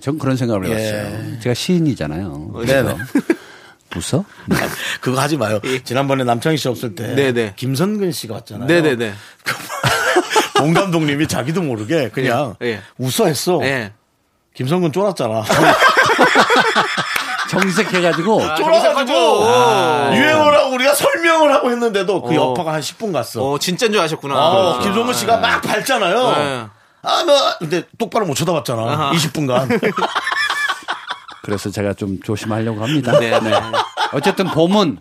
[SPEAKER 7] 전 그런 생각을
[SPEAKER 1] 예.
[SPEAKER 7] 해봤어요. 제가 시인이잖아요.
[SPEAKER 1] 네, 네.
[SPEAKER 7] 웃어?
[SPEAKER 1] 그거 하지 마요. 지난번에 남창희 씨 없을 때
[SPEAKER 2] 예. 네네.
[SPEAKER 1] 김선근 씨가 왔잖아요.
[SPEAKER 2] 네네네
[SPEAKER 1] 봉 감독님이 자기도 모르게 그냥
[SPEAKER 2] 예, 예.
[SPEAKER 1] 웃어 했어.
[SPEAKER 2] 예.
[SPEAKER 1] 김선근 쫄았잖아.
[SPEAKER 7] 정색해가지고
[SPEAKER 1] 쫄아가지고 유행어라고 우리가 설명을 하고 했는데도 그
[SPEAKER 2] 어.
[SPEAKER 1] 여파가 한 10분 갔어.
[SPEAKER 2] 어 진짜인 줄 아셨구나
[SPEAKER 1] 어,
[SPEAKER 2] 그렇죠.
[SPEAKER 1] 김선근 씨가 막 밟잖아요.
[SPEAKER 2] 네.
[SPEAKER 1] 아, 뭐, 근데 똑바로 못 쳐다봤잖아. 20분간.
[SPEAKER 7] 그래서 제가 좀 조심하려고 합니다.
[SPEAKER 2] 네, 네.
[SPEAKER 7] 어쨌든 봄은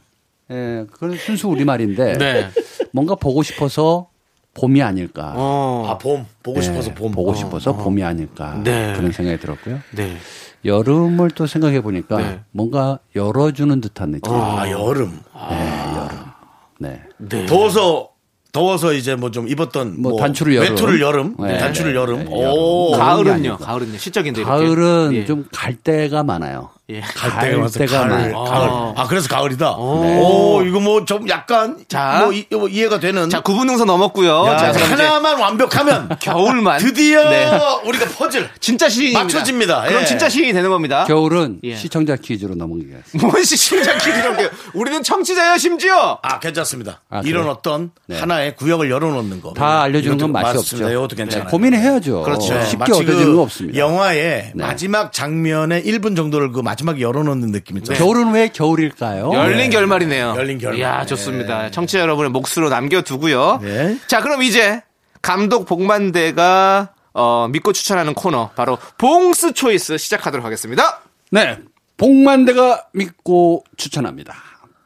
[SPEAKER 7] 예, 그건 순수 우리 말인데
[SPEAKER 2] 네.
[SPEAKER 7] 뭔가 보고 싶어서 봄이 아닐까.
[SPEAKER 2] 어,
[SPEAKER 1] 아, 봄. 보고
[SPEAKER 7] 예,
[SPEAKER 1] 싶어서 봄. 아,
[SPEAKER 7] 보고 싶어서 봄이 아닐까
[SPEAKER 2] 네.
[SPEAKER 7] 그런 생각이 들었고요.
[SPEAKER 2] 네.
[SPEAKER 7] 여름을 또 생각해 보니까
[SPEAKER 2] 네.
[SPEAKER 7] 뭔가 열어주는 듯한 느낌.
[SPEAKER 1] 아, 여름.
[SPEAKER 7] 네.
[SPEAKER 2] 음. 네.
[SPEAKER 1] 더워서, 더워서 이제 뭐 좀 입었던
[SPEAKER 7] 뭐
[SPEAKER 1] 뭐
[SPEAKER 7] 단추를 여름.
[SPEAKER 1] 외투를 여름.
[SPEAKER 7] 네.
[SPEAKER 1] 단추를
[SPEAKER 7] 네.
[SPEAKER 1] 여름.
[SPEAKER 7] 네.
[SPEAKER 1] 오.
[SPEAKER 7] 여름.
[SPEAKER 2] 어, 가을은요,
[SPEAKER 7] 아니고.
[SPEAKER 2] 가을은요, 시적인데 이렇게.
[SPEAKER 7] 가을은
[SPEAKER 2] 예.
[SPEAKER 7] 좀 갈 때가 많아요.
[SPEAKER 2] 예.
[SPEAKER 1] 갈 때가
[SPEAKER 7] 갈
[SPEAKER 1] 맞아.
[SPEAKER 7] 때가
[SPEAKER 1] 가을,
[SPEAKER 7] 많아.
[SPEAKER 1] 가을.
[SPEAKER 2] 어.
[SPEAKER 1] 아, 그래서 가을이다.
[SPEAKER 2] 네.
[SPEAKER 1] 오, 이거 뭐 좀 약간
[SPEAKER 2] 자.
[SPEAKER 1] 뭐, 이, 해가 되는.
[SPEAKER 2] 자, 구분능선 넘었고요.
[SPEAKER 1] 야,
[SPEAKER 2] 자, 그럼 이제
[SPEAKER 1] 하나만 완벽하면
[SPEAKER 2] 겨울만
[SPEAKER 1] 드디어
[SPEAKER 2] 네.
[SPEAKER 1] 우리가 퍼즐
[SPEAKER 2] 진짜 시인
[SPEAKER 1] 맞춰집니다.
[SPEAKER 2] 그럼
[SPEAKER 1] 예.
[SPEAKER 2] 진짜 시인이 되는 겁니다.
[SPEAKER 7] 겨울은
[SPEAKER 2] 예.
[SPEAKER 7] 시청자 퀴즈로 넘어가겠습니다.
[SPEAKER 2] 뭔 시인장 기준이라고요? 우리는 청취자예요, 심지어.
[SPEAKER 1] 아, 괜찮습니다.
[SPEAKER 7] 아,
[SPEAKER 1] 이런
[SPEAKER 7] 그래요?
[SPEAKER 1] 어떤
[SPEAKER 7] 네.
[SPEAKER 1] 하나의 구역을 열어놓는 거.
[SPEAKER 7] 다 알려주는
[SPEAKER 1] 이것도
[SPEAKER 7] 건 맛이
[SPEAKER 1] 맞습니다.
[SPEAKER 7] 없죠. 네,
[SPEAKER 1] 이것도
[SPEAKER 2] 네.
[SPEAKER 1] 괜찮아요.
[SPEAKER 7] 고민해야죠.
[SPEAKER 2] 그렇죠.
[SPEAKER 1] 네,
[SPEAKER 7] 쉽게
[SPEAKER 1] 마치
[SPEAKER 7] 얻어지는
[SPEAKER 1] 그
[SPEAKER 7] 건 없습니다. 네.
[SPEAKER 1] 영화의 마지막 장면의 1분 정도를 그 마지막에 열어놓는 느낌 있죠.
[SPEAKER 7] 겨울은 왜 겨울일까요?
[SPEAKER 2] 어? 열린 결말이네요.
[SPEAKER 1] 열린 결말.
[SPEAKER 2] 이야, 좋습니다. 청취자 여러분의 몫으로 남겨두고요.
[SPEAKER 1] 네.
[SPEAKER 2] 자, 그럼 이제 감독 복만대가 어, 믿고 추천하는 코너 바로 봉스 초이스 시작하도록 하겠습니다.
[SPEAKER 7] 네. 복만대가 믿고 추천합니다.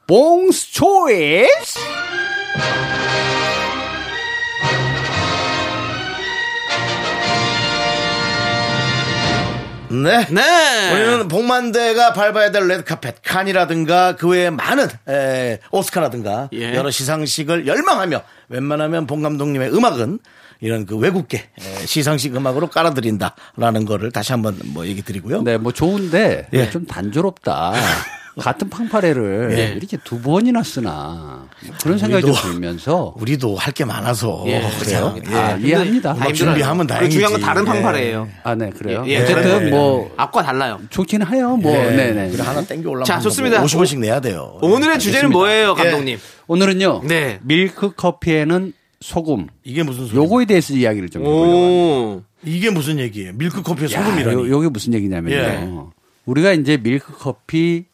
[SPEAKER 7] 봉스 초이스!
[SPEAKER 1] 네.
[SPEAKER 2] 네.
[SPEAKER 1] 우리는 복만대가 밟아야 될 레드카펫, 칸이라든가 그 외에 많은 에, 오스카라든가
[SPEAKER 2] 예.
[SPEAKER 1] 여러 시상식을 열망하며 웬만하면 봉 감독님의 음악은 이런 그 외국계 에, 시상식 음악으로 깔아드린다라는 거를 다시 한번 뭐 얘기 드리고요.
[SPEAKER 7] 네, 뭐 좋은데
[SPEAKER 1] 예.
[SPEAKER 7] 좀 단조롭다. 같은 팡파레를
[SPEAKER 1] 예.
[SPEAKER 7] 이렇게 두 번이나 쓰나 뭐 그런 생각이 좀
[SPEAKER 1] 우리도-
[SPEAKER 7] 들면서
[SPEAKER 1] 우리도 할 게 많아서 그래요. 예.
[SPEAKER 7] 아, 이해합니다.
[SPEAKER 1] 음악 준비하면
[SPEAKER 2] 그리고
[SPEAKER 1] 다행이지.
[SPEAKER 2] 중요한 건 다른
[SPEAKER 1] 예.
[SPEAKER 2] 팡파레예요.
[SPEAKER 7] 아, 네, 그래요.
[SPEAKER 2] 예, 예.
[SPEAKER 7] 어쨌든
[SPEAKER 1] 예.
[SPEAKER 7] 뭐
[SPEAKER 2] 앞과 달라요.
[SPEAKER 7] 좋기는 해요. 뭐, 네, 네.
[SPEAKER 1] 그래 하나 땡겨 올라가.
[SPEAKER 2] 자, 좋습니다.
[SPEAKER 1] 50원씩 내야 돼요.
[SPEAKER 2] 오늘의 주제는 뭐예요, 감독님?
[SPEAKER 7] 오늘은요.
[SPEAKER 2] 네.
[SPEAKER 7] 밀크 커피에는 소금.
[SPEAKER 1] 이게 무슨 소리?
[SPEAKER 7] 요거에 대해서 이야기를 좀 해보려고
[SPEAKER 2] 오.
[SPEAKER 1] 이게 무슨 얘기예요? 밀크 커피에
[SPEAKER 7] 합니다.
[SPEAKER 1] 소금이라니.
[SPEAKER 7] 요- 요게 무슨 얘기냐면요. 우리가 이제 밀크 커피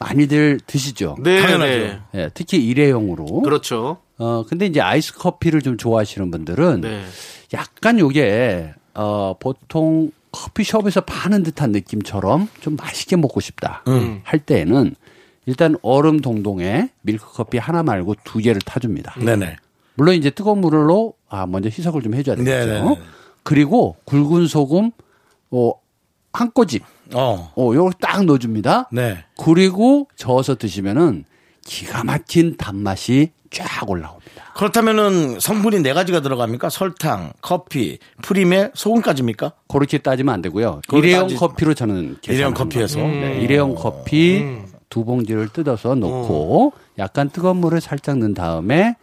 [SPEAKER 7] 많이들 드시죠.
[SPEAKER 2] 네.
[SPEAKER 1] 당연하죠.
[SPEAKER 2] 네.
[SPEAKER 7] 예, 특히 일회용으로.
[SPEAKER 2] 그렇죠.
[SPEAKER 7] 어, 근데 이제 아이스 커피를 좀 좋아하시는 분들은
[SPEAKER 2] 네.
[SPEAKER 7] 약간 요게 어, 보통 커피숍에서 파는 듯한 느낌처럼 좀 맛있게 먹고 싶다 할 때에는 일단 얼음 동동에 밀크 커피 하나 말고 두 개를 타줍니다.
[SPEAKER 1] 네네.
[SPEAKER 7] 물론 이제 뜨거운 물로 아 먼저 희석을 좀 해줘야 되겠죠.
[SPEAKER 1] 네네.
[SPEAKER 7] 그리고 굵은 소금 어한 꼬집
[SPEAKER 1] 어.
[SPEAKER 7] 어 요걸 딱 넣어줍니다.
[SPEAKER 1] 네.
[SPEAKER 7] 그리고 저어서 드시면은 기가 막힌 단맛이 쫙 올라옵니다.
[SPEAKER 1] 그렇다면은 성분이 네 가지가 들어갑니까? 설탕, 커피, 프림에 소금까지입니까?
[SPEAKER 7] 그렇게 따지면 안 되고요.
[SPEAKER 1] 그걸
[SPEAKER 7] 일회용
[SPEAKER 1] 따지-
[SPEAKER 7] 커피로 저는 계산합니다.
[SPEAKER 1] 일회용 커피에서?
[SPEAKER 7] 네, 일회용 커피
[SPEAKER 2] 음.
[SPEAKER 7] 두 봉지를 뜯어서 넣고 약간 뜨거운 물을 살짝 넣은 다음에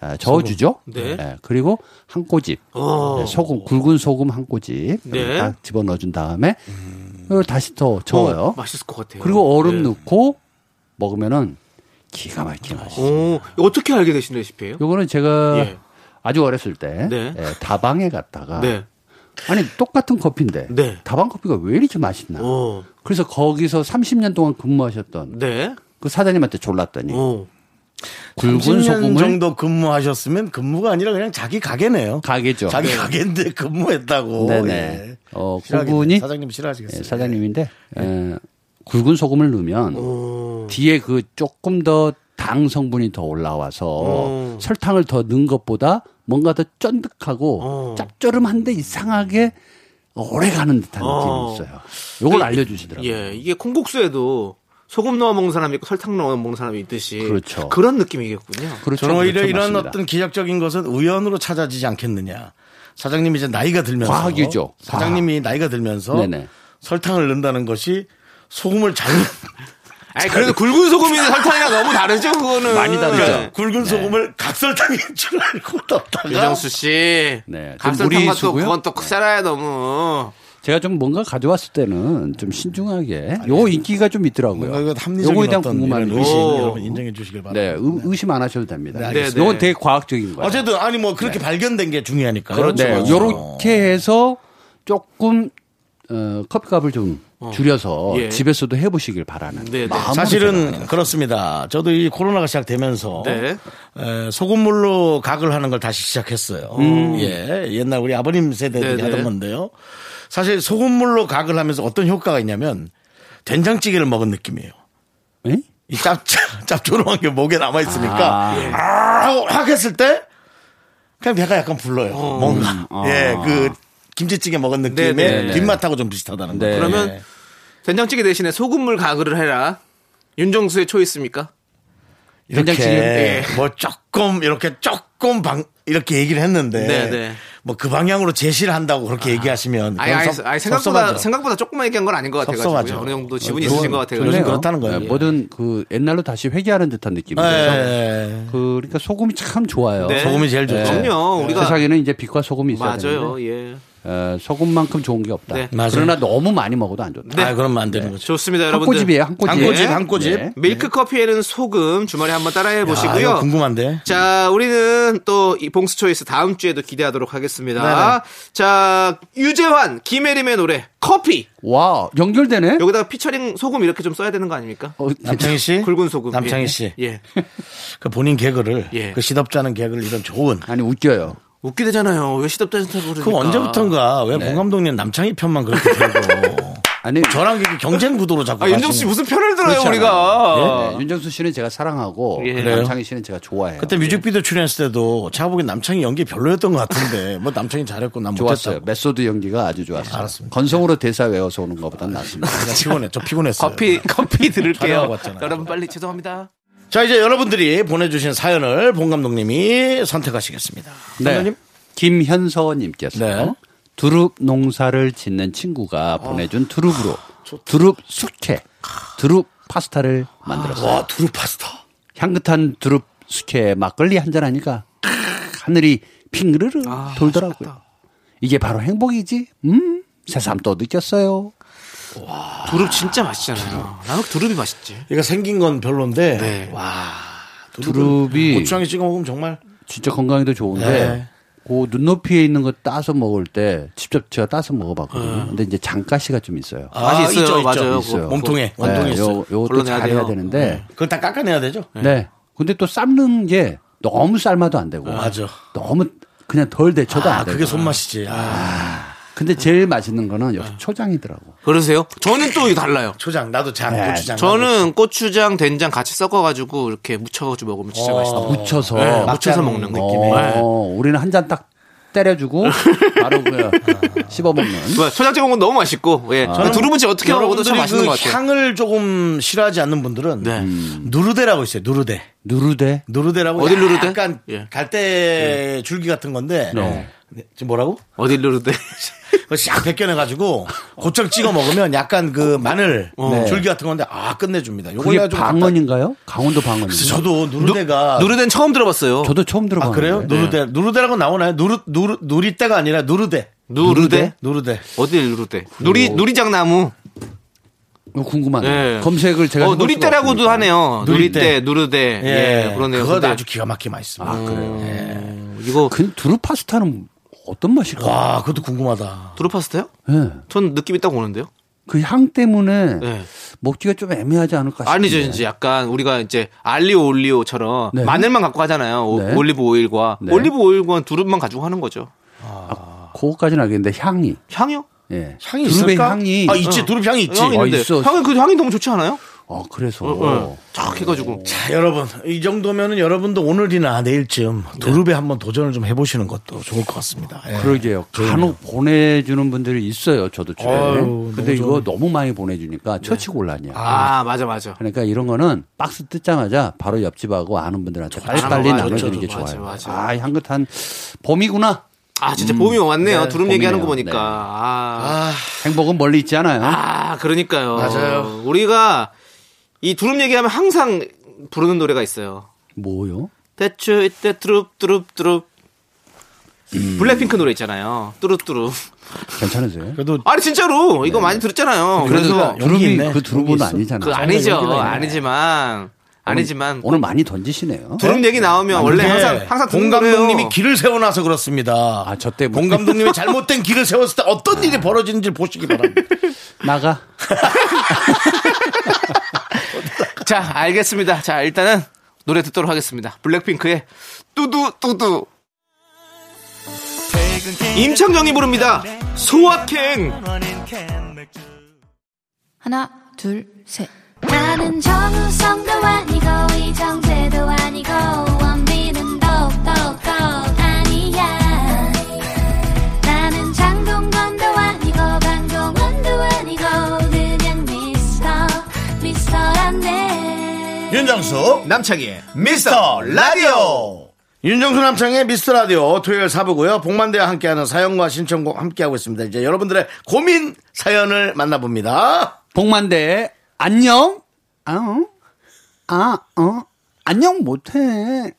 [SPEAKER 7] 아, 저어주죠.
[SPEAKER 2] 네.
[SPEAKER 7] 그리고 한 꼬집
[SPEAKER 2] 어.
[SPEAKER 7] 네, 소금 굵은 소금 한 꼬집
[SPEAKER 2] 네.
[SPEAKER 7] 딱 집어 넣어준 다음에 이걸 다시 더 저어요.
[SPEAKER 2] 어, 맛있을 것 같아요.
[SPEAKER 7] 그리고
[SPEAKER 2] 네.
[SPEAKER 7] 얼음 넣고 먹으면은 기가 막힌 맛이.
[SPEAKER 2] 오, 이거 어떻게 알게 되신 레시피예요?
[SPEAKER 7] 요거는 제가
[SPEAKER 2] 예.
[SPEAKER 7] 아주 어렸을 때
[SPEAKER 2] 네.
[SPEAKER 7] 예, 다방에 갔다가
[SPEAKER 2] 네.
[SPEAKER 7] 아니 똑같은 커피인데
[SPEAKER 2] 네.
[SPEAKER 7] 다방 커피가 왜 이렇게 맛있나?
[SPEAKER 2] 오.
[SPEAKER 7] 그래서 거기서 30년 동안 근무하셨던
[SPEAKER 2] 어. 네. 어.
[SPEAKER 7] 그 사장님한테 졸랐더니
[SPEAKER 2] 오.
[SPEAKER 7] 굵은
[SPEAKER 1] 30년
[SPEAKER 7] 소금을
[SPEAKER 1] 정도 근무하셨으면 근무가 아니라 그냥 자기 가게네요.
[SPEAKER 7] 가게죠.
[SPEAKER 1] 자기 가게인데 근무했다고.
[SPEAKER 7] 네네.
[SPEAKER 1] 예.
[SPEAKER 7] 어,
[SPEAKER 1] 싫어하겠네.
[SPEAKER 7] 그분이
[SPEAKER 1] 사장님
[SPEAKER 7] 예,
[SPEAKER 1] 싫어하시겠어요.
[SPEAKER 7] 사장님인데 에, 굵은 소금을 넣으면
[SPEAKER 2] 어.
[SPEAKER 7] 뒤에 그 조금 더 당 성분이 더 올라와서
[SPEAKER 2] 오.
[SPEAKER 7] 설탕을 더 넣은 것보다 뭔가 더 쫀득하고
[SPEAKER 2] 어.
[SPEAKER 7] 짭조름한데 이상하게 오래 가는 듯한
[SPEAKER 2] 어.
[SPEAKER 7] 느낌이 있어요. 요걸
[SPEAKER 2] 그-
[SPEAKER 7] 알려주시더라고요.
[SPEAKER 2] 예, 이게 콩국수에도 소금 넣어 먹는 사람이 있고 설탕 넣어 먹는 사람이 있듯이
[SPEAKER 7] 그렇죠.
[SPEAKER 2] 그런 느낌이겠군요.
[SPEAKER 7] 그렇죠.
[SPEAKER 1] 저는 오히려
[SPEAKER 7] 그렇죠.
[SPEAKER 1] 이런
[SPEAKER 7] 맞습니다.
[SPEAKER 1] 어떤 기적적인 것은 우연으로 찾아지지 않겠느냐. 사장님이 이제 나이가 들면서
[SPEAKER 7] 과학이죠.
[SPEAKER 1] 사장님이 나이가 들면서
[SPEAKER 7] 네네.
[SPEAKER 1] 설탕을 넣는다는 것이 소금을 잘
[SPEAKER 2] 아니, 그래도 굵은 소금이나 설탕이랑 너무 다르죠, 그거는.
[SPEAKER 7] 많이 다르죠.
[SPEAKER 2] 네.
[SPEAKER 1] 그러니까 굵은 소금을 각설탕인 줄 알고 넣다가
[SPEAKER 2] 윤정수 씨.
[SPEAKER 7] 네, 좀
[SPEAKER 2] 각설탕 맛또
[SPEAKER 7] 무리수고요.
[SPEAKER 2] 그건 또 쌀아야 너무.
[SPEAKER 7] 제가 좀 뭔가 가져왔을 때는 좀 신중하게 요 인기가 좀 있더라고요.
[SPEAKER 1] 뭔가 이건 합리적인
[SPEAKER 7] 요거에 대한
[SPEAKER 1] 어떤 이런
[SPEAKER 7] 궁금함이
[SPEAKER 1] 의심
[SPEAKER 2] 오.
[SPEAKER 1] 여러분 인정해 주시길 바랍니다.
[SPEAKER 7] 네, 의- 의심 안 하셔도 됩니다.
[SPEAKER 2] 알겠습니다. 네, 네.
[SPEAKER 7] 이건 되게 과학적인 거예요.
[SPEAKER 1] 어쨌든 그렇죠, 아니 뭐 그렇게 발견된 게 중요하니까.
[SPEAKER 7] 네,
[SPEAKER 1] 어.
[SPEAKER 7] 요렇게 해서 조금 어, 커피값을 좀 줄여서
[SPEAKER 2] 예.
[SPEAKER 7] 집에서도 해보시길 바라는
[SPEAKER 2] 네, 네.
[SPEAKER 7] 마음으로
[SPEAKER 1] 사실은 그렇습니다. 저도 이 코로나가 시작되면서
[SPEAKER 2] 네.
[SPEAKER 1] 에, 소금물로 각을 하는 걸 다시 시작했어요. 예, 옛날 우리 아버님 세대들이
[SPEAKER 2] 음. 네, 네.
[SPEAKER 1] 하던 건데요. 사실 소금물로 각을 하면서 어떤 효과가 있냐면 된장찌개를 먹은 느낌이에요.
[SPEAKER 7] 생각합니다. 예?
[SPEAKER 1] 이 짭, 짭조름한 게 목에 남아있으니까,
[SPEAKER 7] 아.
[SPEAKER 1] 아, 하고 확 했을 때, 그냥 배가 약간 불러요. 뭔가.
[SPEAKER 7] 아.
[SPEAKER 1] 예, 그, 김치찌개 먹은 느낌의
[SPEAKER 2] 음. 네네네.
[SPEAKER 1] 뒷맛하고 좀 비슷하다는 거.
[SPEAKER 7] 네.
[SPEAKER 2] 그러면 된장찌개 대신에 소금물 가글을 해라. 윤정수의 초이스입니까?
[SPEAKER 7] 굉장히 지금,
[SPEAKER 1] 이렇게
[SPEAKER 7] 예.
[SPEAKER 1] 뭐 조금 이렇게 조금 방 이렇게 얘기를 했는데
[SPEAKER 2] 네, 네.
[SPEAKER 1] 뭐 그 방향으로 제시를 한다고 그렇게 얘기하시면
[SPEAKER 2] 아니,
[SPEAKER 1] 그건
[SPEAKER 2] 아니,
[SPEAKER 1] 섭-
[SPEAKER 2] 아니, 생각보다
[SPEAKER 1] 섭섭하죠.
[SPEAKER 2] 생각보다 조금만 얘기한 건 아닌 것 같아요.
[SPEAKER 1] 섭섭하죠.
[SPEAKER 2] 어느 정도 지분이
[SPEAKER 1] 그건-
[SPEAKER 2] 있으신 네. 것 같아요.
[SPEAKER 1] 요즘
[SPEAKER 7] 그러네요.
[SPEAKER 1] 그렇다는 거예요.
[SPEAKER 7] 예, 뭐든 그 옛날로 다시 회귀하는 듯한 느낌이에요.
[SPEAKER 1] 예.
[SPEAKER 7] 그, 그러니까 소금이 참 좋아요.
[SPEAKER 2] 네.
[SPEAKER 1] 소금이 제일 좋죠.
[SPEAKER 2] 그럼요. 우리가
[SPEAKER 7] 세상에는 이제 빛과 소금이 있어야
[SPEAKER 2] 맞아요.
[SPEAKER 7] 되는데
[SPEAKER 2] 예.
[SPEAKER 7] 어, 소금만큼 좋은 게 없다.
[SPEAKER 2] 네.
[SPEAKER 1] 맞아요.
[SPEAKER 7] 그러나 너무 많이 먹어도 안
[SPEAKER 2] 예.
[SPEAKER 7] 좋다.
[SPEAKER 1] 아 그러면 안 되는 거죠.
[SPEAKER 2] 좋습니다,
[SPEAKER 7] 한
[SPEAKER 2] 여러분들.
[SPEAKER 7] 꼬집이에요, 한 꼬집.
[SPEAKER 1] 한 꼬집, 한
[SPEAKER 7] 예.
[SPEAKER 1] 꼬집.
[SPEAKER 7] 네.
[SPEAKER 2] 밀크 커피에는 소금 주말에 한번 따라해
[SPEAKER 1] 아, 이거
[SPEAKER 2] 네. 보시고요.
[SPEAKER 1] 궁금한데.
[SPEAKER 2] 자, 우리는 또 이 봉스 초이스 다음 주에도 기대하도록
[SPEAKER 1] 네,
[SPEAKER 2] 하겠습니다. 자, 유재환, 김혜림의 노래 커피.
[SPEAKER 7] 와, 연결되네?
[SPEAKER 2] 여기다가 피처링 소금 이렇게 좀 써야 되는 거 아닙니까?
[SPEAKER 7] 어,
[SPEAKER 1] 남창희 씨,
[SPEAKER 2] 굵은 소금.
[SPEAKER 1] 네. 남창희
[SPEAKER 2] 예.
[SPEAKER 1] 씨,
[SPEAKER 2] 예.
[SPEAKER 1] 그 본인 개그를
[SPEAKER 2] 예.
[SPEAKER 1] 그 시덥지 않은 개그를 이런 좋은.
[SPEAKER 7] 아니, 웃겨요.
[SPEAKER 2] 웃기대잖아요. 왜 시덥다 센터로 그러니까. 네.
[SPEAKER 1] 그 언제부턴가 왜 봉 감독님 남창희 편만 그렇게 들고
[SPEAKER 7] 아니,
[SPEAKER 1] 저랑 이게 경쟁 구도로 자꾸.
[SPEAKER 2] 아, 윤정 씨
[SPEAKER 1] 가시는
[SPEAKER 2] 무슨 편을 들어요,
[SPEAKER 1] 그렇지 예,
[SPEAKER 2] 우리가.
[SPEAKER 7] 네, 윤정수 씨는 제가 사랑하고,
[SPEAKER 2] 예. 그래요?
[SPEAKER 7] 남창희 씨는 제가 좋아해요.
[SPEAKER 2] 예.
[SPEAKER 1] 그때 뮤직비디오 출연했을 때도 제가 보기엔 남창이 연기 별로였던 것 같은데 뭐 남창이 잘했고 난
[SPEAKER 7] 좋았어요.
[SPEAKER 1] 못했어요.
[SPEAKER 7] 메소드 연기가 아주 좋았어요.
[SPEAKER 1] 알았습니다.
[SPEAKER 7] 건성으로 대사 외워서 오는 것보단 낫습니다.
[SPEAKER 1] 피곤해, 저 피곤했어요.
[SPEAKER 2] 커피 커피
[SPEAKER 1] 촬영하고
[SPEAKER 2] 들을게요.
[SPEAKER 1] 왔잖아요.
[SPEAKER 2] 여러분 빨리 죄송합니다.
[SPEAKER 1] 자 이제 여러분들이 보내주신 사연을 봉 감독님이 선택하시겠습니다.
[SPEAKER 7] 네. 김현서님께서
[SPEAKER 1] 네.
[SPEAKER 7] 두릅 농사를 짓는 친구가 보내준 두릅으로
[SPEAKER 1] 아,
[SPEAKER 7] 두릅 숙회, 두릅 파스타를 만들었어요.
[SPEAKER 1] 와 두릅 파스타.
[SPEAKER 7] 향긋한 두릅 숙회 막걸리 한 잔 하니까 크, 하늘이 핑그르르 돌더라고요. 이게 바로 행복이지. 음, 새삼 또 느꼈어요.
[SPEAKER 2] 두릅 진짜 맛있잖아요. 나는 두릅이 맛있지.
[SPEAKER 1] 이거 생긴 건 별론데
[SPEAKER 2] 네.
[SPEAKER 1] 와 두릅은
[SPEAKER 7] 두릅이
[SPEAKER 1] 고추장에 찍어 먹으면 정말
[SPEAKER 7] 진짜 건강에도 좋은데
[SPEAKER 1] 네.
[SPEAKER 7] 그 눈높이에 있는 거 따서 먹을 때 직접 제가 따서 먹어봤거든요. 근데 이제 장가시가 좀 있어요.
[SPEAKER 2] 맛이 아, 있어요. 맞아요.
[SPEAKER 7] 있어요. 네,
[SPEAKER 2] 그거.
[SPEAKER 1] 몸통에 원통이 아, 있어.
[SPEAKER 7] 요,
[SPEAKER 1] 요
[SPEAKER 7] 요것도
[SPEAKER 2] 걸러내야
[SPEAKER 7] 잘해야
[SPEAKER 2] 돼요.
[SPEAKER 7] 되는데.
[SPEAKER 1] 그걸 다 깎아내야 되죠.
[SPEAKER 7] 네. 근데 또 삶는 게 너무 삶아도 안 되고.
[SPEAKER 1] 맞아.
[SPEAKER 7] 너무 그냥 덜 데쳐도
[SPEAKER 1] 아
[SPEAKER 7] 안 네. 되고.
[SPEAKER 1] 그게 손맛이지. 아,
[SPEAKER 7] 근데 제일 맛있는 거는 역시 초장이더라고.
[SPEAKER 2] 그러세요? 저는 또 이거 달라요.
[SPEAKER 1] 초장 나도 장
[SPEAKER 7] 네.
[SPEAKER 1] 고추장.
[SPEAKER 2] 저는 고추장, 된장 같이 섞어가지고 이렇게 무쳐가지고 먹으면 진짜
[SPEAKER 7] 아,
[SPEAKER 2] 맛있어.
[SPEAKER 7] 묻혀서.
[SPEAKER 2] 네,
[SPEAKER 7] 막-
[SPEAKER 2] 무쳐서 먹는 네. 느낌.
[SPEAKER 7] 어, 우리는 한 잔 딱 때려주고 바로 그냥 씹어 먹는.
[SPEAKER 2] 뭐, 초장찌개 먹으면 너무 맛있고,
[SPEAKER 7] 아.
[SPEAKER 2] 예. 두릅은 진짜 어떻게 먹어도
[SPEAKER 1] 여러분들이
[SPEAKER 2] 참 맛있는
[SPEAKER 1] 그
[SPEAKER 2] 것 같아요.
[SPEAKER 1] 향을 조금 싫어하지 않는 분들은
[SPEAKER 2] 네.
[SPEAKER 7] 음.
[SPEAKER 1] 누르데라고 있어요. 누르데.
[SPEAKER 7] 누르대.
[SPEAKER 1] 누르데라고
[SPEAKER 2] 어딜 누르데?
[SPEAKER 1] 약간
[SPEAKER 2] 예.
[SPEAKER 1] 갈대 줄기 같은 건데 네, 지금 뭐라고?
[SPEAKER 2] 어딜 누르대?
[SPEAKER 1] 그거 샥 벗겨내가지고 고창 찍어 먹으면 약간 그 마늘
[SPEAKER 7] 네.
[SPEAKER 1] 줄기 같은 건데 아 끝내줍니다. 요걸
[SPEAKER 7] 그게
[SPEAKER 1] 해가지고
[SPEAKER 7] 방언인가요? 강원도 방언인가요?
[SPEAKER 1] 저도 누르데가
[SPEAKER 2] 누르대는 처음 들어봤어요.
[SPEAKER 7] 아. 저도 처음
[SPEAKER 1] 아
[SPEAKER 7] 들어봤는데. 네.
[SPEAKER 1] 그래요? 누르데 누르데라고 나오나요? 누르 누르 누리대가 아니라 누르데
[SPEAKER 2] 누르대?
[SPEAKER 1] 누르데
[SPEAKER 2] 어딜 누르대? 누리, 누리장나무.
[SPEAKER 7] 이거 그 뭐- 궁금하네요.
[SPEAKER 2] 예.
[SPEAKER 7] 검색을 제가
[SPEAKER 2] 어,
[SPEAKER 7] 해볼 수가
[SPEAKER 2] 누리대라고도
[SPEAKER 7] 없으니까.
[SPEAKER 2] 하네요.
[SPEAKER 1] 누리대.
[SPEAKER 2] 누리대, 누르대. 예, 그러네요.
[SPEAKER 1] 그거
[SPEAKER 2] 근데
[SPEAKER 1] 아주 기가 막히게 맛있습니다.
[SPEAKER 2] 이거
[SPEAKER 7] 그 두릅 파스타는 어떤 맛일까?
[SPEAKER 1] 와 그것도 궁금하다.
[SPEAKER 2] 두릅 파스타요?
[SPEAKER 7] 예.
[SPEAKER 2] 전 느낌이 딱 오는데요.
[SPEAKER 7] 그 향 때문에
[SPEAKER 2] 네.
[SPEAKER 7] 먹기가 좀 애매하지 않을까 싶어요.
[SPEAKER 2] 아니죠, 이제 약간 우리가 이제 알리오 올리오처럼
[SPEAKER 7] 네.
[SPEAKER 2] 마늘만 갖고 하잖아요. 오-
[SPEAKER 7] 네.
[SPEAKER 2] 올리브 오일과
[SPEAKER 7] 네.
[SPEAKER 2] 올리브 오일과 두릅만 가지고 하는 거죠.
[SPEAKER 7] 아, 그거까지는 알겠는데 향이.
[SPEAKER 2] 향이요?
[SPEAKER 7] 예.
[SPEAKER 1] 향이
[SPEAKER 7] 두릅의
[SPEAKER 1] 있을까?
[SPEAKER 7] 향이.
[SPEAKER 1] 아 있지 두릅 향이 있지.
[SPEAKER 2] 향이 있는데
[SPEAKER 7] 아, 있어.
[SPEAKER 2] 향이 그 향이 너무 좋지 않아요?
[SPEAKER 7] 어, 그래서
[SPEAKER 2] 쫙 해가지고
[SPEAKER 1] 자, 여러분 이 정도면은 여러분도 오늘이나 내일쯤 두릅에 한번 도전을 좀 해보시는 것도 좋을 것 같습니다. 예.
[SPEAKER 7] 그러게요. 간혹 보내주는 분들이 있어요. 저도 주변에.
[SPEAKER 1] 아유, 네.
[SPEAKER 7] 근데 이거 너무 많이 보내주니까 처치곤란이야.
[SPEAKER 2] 아 맞아 맞아
[SPEAKER 7] 그러니까 이런 거는 박스 뜯자마자 바로 옆집하고 아는 분들한테 빨리빨리
[SPEAKER 2] 맞아,
[SPEAKER 7] 나눠주는 게
[SPEAKER 2] 맞아,
[SPEAKER 7] 좋아요.
[SPEAKER 2] 맞아.
[SPEAKER 7] 아, 향긋한 봄이구나.
[SPEAKER 2] 아 진짜 봄이 왔네요
[SPEAKER 7] 네,
[SPEAKER 2] 두릅 얘기하는 거
[SPEAKER 7] 봄이네요.
[SPEAKER 2] 보니까 아,
[SPEAKER 7] 행복은 멀리 있지 않아요.
[SPEAKER 2] 아, 그러니까요 맞아요 우리가 이 두릅 얘기하면 항상 부르는 노래가 있어요
[SPEAKER 7] 뭐요?
[SPEAKER 2] 대추 이때 두릅 두릅 두릅 블랙핑크 노래 있잖아요 뚜룹 뚜룹
[SPEAKER 7] 괜찮으세요?
[SPEAKER 1] 그래도
[SPEAKER 2] 아니 진짜로
[SPEAKER 1] 네.
[SPEAKER 2] 이거 많이 들었잖아요
[SPEAKER 7] 그래서
[SPEAKER 2] 그래서
[SPEAKER 1] 연기
[SPEAKER 7] 두릅이
[SPEAKER 1] 있네.
[SPEAKER 7] 그 두릅은
[SPEAKER 1] 연기 있어.
[SPEAKER 7] 아니잖아요.
[SPEAKER 2] 그 아니죠
[SPEAKER 1] 연기가 있네.
[SPEAKER 2] 아니지만 아니지만
[SPEAKER 7] 오늘 많이 던지시네요.
[SPEAKER 2] 두릅 얘기 나오면 원래 항상 항상
[SPEAKER 1] 봉
[SPEAKER 2] 듣는
[SPEAKER 1] 감독님이
[SPEAKER 2] 노래예요.
[SPEAKER 1] 네. 길을 세워놔서 그렇습니다.
[SPEAKER 7] 아, 저 때문에.
[SPEAKER 1] 봉 감독님이 잘못된 길을 세웠을 때 어떤 일이 벌어지는지 보시기 바랍니다.
[SPEAKER 7] 나가.
[SPEAKER 2] 자, 알겠습니다. 자, 일단은 노래 듣도록 하겠습니다. 블랙핑크의 뚜두 뚜두. 임창정이 부릅니다. 소확행.
[SPEAKER 8] 하나, 둘, 셋.
[SPEAKER 4] 나는 정우성도 아니고 이정재도 아니고 원빈은 더욱더 아니야 나는 장동건도 아니고 방종원도 아니고 그냥 미스터 미스터란데
[SPEAKER 6] 윤정수
[SPEAKER 9] 남창희의
[SPEAKER 6] 미스터 라디오
[SPEAKER 1] 윤정수 남창의 미스터 라디오 토요일 사부고요. 복만대와 함께하는 사연과 신청곡 함께하고 있습니다. 이제 여러분들의 고민 사연을 만나봅니다.
[SPEAKER 7] 복만대 안녕 아, 아어아어 안녕 못해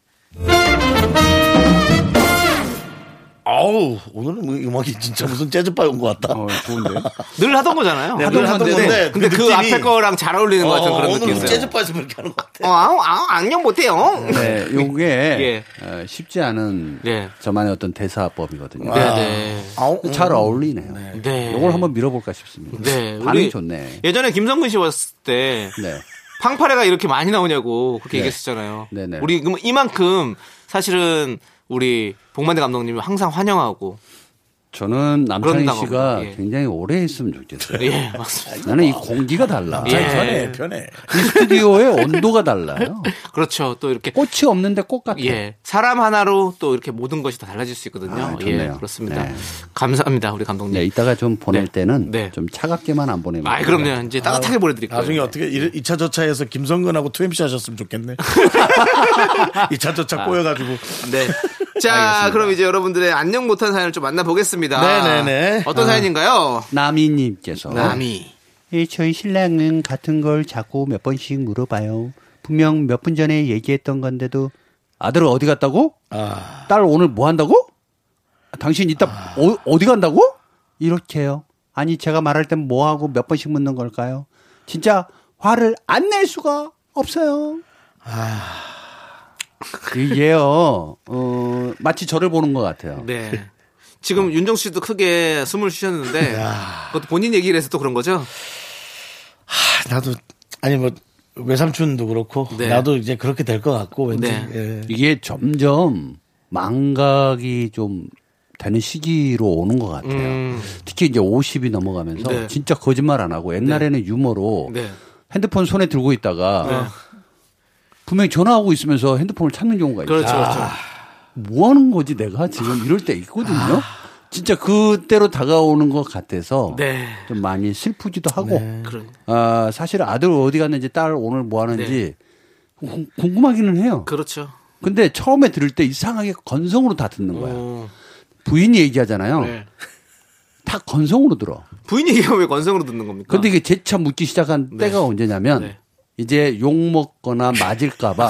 [SPEAKER 1] 아우 오늘은 뭐 음악이 진짜 무슨 재즈바 온것 같다.
[SPEAKER 7] 어 좋은데
[SPEAKER 2] 늘 하던 거잖아요.
[SPEAKER 1] 네, 늘 하던 건데
[SPEAKER 2] 근데 그,
[SPEAKER 1] 느낌이-
[SPEAKER 2] 앞에 거랑 잘 어울리는 것 같은
[SPEAKER 1] 어,
[SPEAKER 2] 그런
[SPEAKER 1] 오늘은
[SPEAKER 2] 느낌이에요.
[SPEAKER 1] 재즈바에서 이렇게 하는 것 같아.
[SPEAKER 2] 어, 아우, 아우, 안녕 못해요.
[SPEAKER 7] 네 요게
[SPEAKER 2] 예.
[SPEAKER 7] 어, 쉽지 않은
[SPEAKER 2] 네.
[SPEAKER 7] 저만의 어떤 대사법이거든요
[SPEAKER 2] 네, 네.
[SPEAKER 1] 아우, 음.
[SPEAKER 7] 잘 어울리네요
[SPEAKER 2] 네.
[SPEAKER 7] 요걸 한번 밀어볼까 싶습니다
[SPEAKER 2] 네.
[SPEAKER 7] 반응이
[SPEAKER 2] 우리
[SPEAKER 7] 좋네
[SPEAKER 2] 예전에 김성근 씨 왔을 때
[SPEAKER 7] 네
[SPEAKER 2] 팡파레가 이렇게 많이 나오냐고 그렇게
[SPEAKER 7] 네.
[SPEAKER 2] 얘기했었잖아요.
[SPEAKER 7] 네네.
[SPEAKER 2] 우리 그럼 이만큼 사실은 우리 복만대 감독님을 항상 환영하고
[SPEAKER 7] 저는 남창희
[SPEAKER 2] 그런다고
[SPEAKER 7] 씨가
[SPEAKER 2] 합니다. 예.
[SPEAKER 7] 굉장히 오래 했으면 좋겠어요
[SPEAKER 2] 예 맞습니다.
[SPEAKER 7] 나는 이 공기가 달라
[SPEAKER 2] 예.
[SPEAKER 1] 편해 편해.
[SPEAKER 7] 이 스튜디오의 온도가 달라요
[SPEAKER 2] 그렇죠. 또 이렇게
[SPEAKER 7] 꽃이 없는데 꽃 같아
[SPEAKER 2] 예 사람 하나로 또 이렇게 모든 것이 다 달라질 수 있거든요.
[SPEAKER 7] 아,
[SPEAKER 2] 예
[SPEAKER 7] 좋네요.
[SPEAKER 2] 그렇습니다.
[SPEAKER 7] 네.
[SPEAKER 2] 감사합니다 우리 감독님.
[SPEAKER 7] 네, 이따가 좀 보낼
[SPEAKER 2] 네.
[SPEAKER 7] 때는
[SPEAKER 2] 네.
[SPEAKER 7] 좀 차갑게만 안 보내면.
[SPEAKER 2] 아 그럼요. 이제 따뜻하게 보내드릴 거예요. 네.
[SPEAKER 1] 나중에 어떻게 일- 이차저차에서 김성근하고 2MC 하셨으면 좋겠네. 이차저차 꼬여가지고.
[SPEAKER 2] 네. 자, 그럼 이제 여러분들의 안녕 못한 사연을 좀 만나보겠습니다.
[SPEAKER 1] 네네네.
[SPEAKER 7] 아.
[SPEAKER 2] 어떤 사연인가요?
[SPEAKER 7] 나미님께서
[SPEAKER 2] 남이.
[SPEAKER 7] 예, 저희 신랑은 같은 걸 자꾸 몇 번씩 물어봐요. 분명 몇 분 전에 얘기했던 건데도 아들은 어디 갔다고? 딸 오늘 뭐 한다고? 아, 당신 이따 어, 어디 간다고? 이렇게요. 아니 제가 말할 땐 뭐 하고 몇 번씩 묻는 걸까요? 진짜 화를 안 낼 수가 없어요.
[SPEAKER 2] 아.
[SPEAKER 7] 이게요. 어, 마치 저를 보는 것 같아요.
[SPEAKER 2] 네. 지금 윤정 씨도 크게 숨을 쉬셨는데 그것도 본인 얘기를 해서 또 그런 거죠?
[SPEAKER 1] 아, 나도 아니 뭐 외삼촌도 그렇고
[SPEAKER 2] 네.
[SPEAKER 1] 나도 이제 그렇게 될 것 같고 왠지.
[SPEAKER 2] 네.
[SPEAKER 1] 예.
[SPEAKER 7] 이게 점점 망각이 좀 되는 시기로 오는 것 같아요.
[SPEAKER 2] 음.
[SPEAKER 7] 특히 이제 50이 넘어가면서
[SPEAKER 2] 네.
[SPEAKER 7] 진짜 거짓말 안 하고 옛날에는 유머로
[SPEAKER 2] 네.
[SPEAKER 7] 핸드폰 손에 들고 있다가 분명히 전화하고 있으면서 핸드폰을 찾는 경우가 있어요.
[SPEAKER 2] 그렇죠, 그렇죠.
[SPEAKER 7] 뭐 하는 거지 내가 지금 이럴 때 있거든요.
[SPEAKER 2] 아.
[SPEAKER 7] 진짜 그때로 다가오는 것 같아서
[SPEAKER 2] 네.
[SPEAKER 7] 좀 많이 슬프기도 하고
[SPEAKER 2] 그런.
[SPEAKER 7] 아, 사실 아들 어디 갔는지 딸 오늘 뭐 하는지
[SPEAKER 2] 네.
[SPEAKER 7] 궁- 궁금하기는 해요.
[SPEAKER 2] 그렇죠.
[SPEAKER 7] 근데 처음에 들을 때 이상하게 건성으로 다 듣는 거야.
[SPEAKER 2] 어,
[SPEAKER 7] 부인이 얘기하잖아요.
[SPEAKER 2] 네.
[SPEAKER 7] 다 건성으로 들어.
[SPEAKER 2] 부인 얘기가 왜 건성으로 듣는 겁니까?
[SPEAKER 7] 근데 이게 재차 묻기 시작한 때가 언제냐면
[SPEAKER 2] 어. 네.
[SPEAKER 7] 이제 욕 먹거나 맞을까봐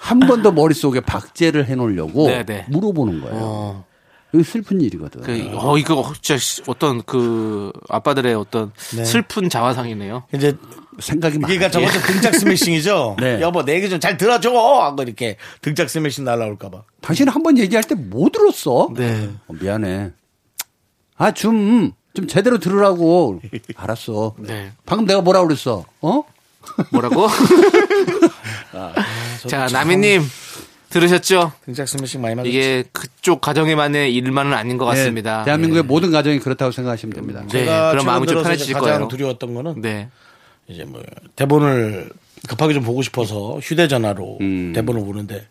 [SPEAKER 7] 한 번 더 머릿속에 박제를 해놓으려고
[SPEAKER 2] 네, 네.
[SPEAKER 7] 물어보는 거예요. 이거 슬픈 일이거든.
[SPEAKER 2] 그, 어, 이거 진짜 어떤 그 아빠들의 어떤
[SPEAKER 1] 네.
[SPEAKER 2] 슬픈 자화상이네요.
[SPEAKER 1] 이제
[SPEAKER 7] 생각이 많아.
[SPEAKER 1] 그러니까
[SPEAKER 2] 예.
[SPEAKER 1] 저것도 등짝 스매싱이죠.
[SPEAKER 7] 네.
[SPEAKER 1] 여보 내 얘기 좀 잘 들어줘 하고 이렇게 등짝 스매싱 날라올까봐.
[SPEAKER 7] 당신 한 번 얘기할 때 뭐 들었어?
[SPEAKER 2] 네.
[SPEAKER 7] 어, 미안해. 아, 좀, 좀 제대로 들으라고. 알았어.
[SPEAKER 2] 네.
[SPEAKER 7] 방금 내가 뭐라 그랬어? 어?
[SPEAKER 2] 뭐라고?
[SPEAKER 1] 아,
[SPEAKER 2] 자, 남희님 들으셨죠?
[SPEAKER 1] 등짝 스매싱 많이 맞았죠.
[SPEAKER 2] 이게 그쪽 가정에만의 일만은 아닌 것 같습니다.
[SPEAKER 7] 네, 대한민국의 모든 가정이 그렇다고 생각하시면 됩니다.
[SPEAKER 2] 네,
[SPEAKER 1] 제가
[SPEAKER 2] 그럼
[SPEAKER 1] 최근
[SPEAKER 2] 마음이 좀
[SPEAKER 1] 들어서
[SPEAKER 2] 편해지실
[SPEAKER 1] 가장
[SPEAKER 2] 거예요.
[SPEAKER 1] 두려웠던 거는
[SPEAKER 2] 네.
[SPEAKER 1] 이제 뭐 대본을 급하게 좀 보고 싶어서 휴대전화로 대본을 보는데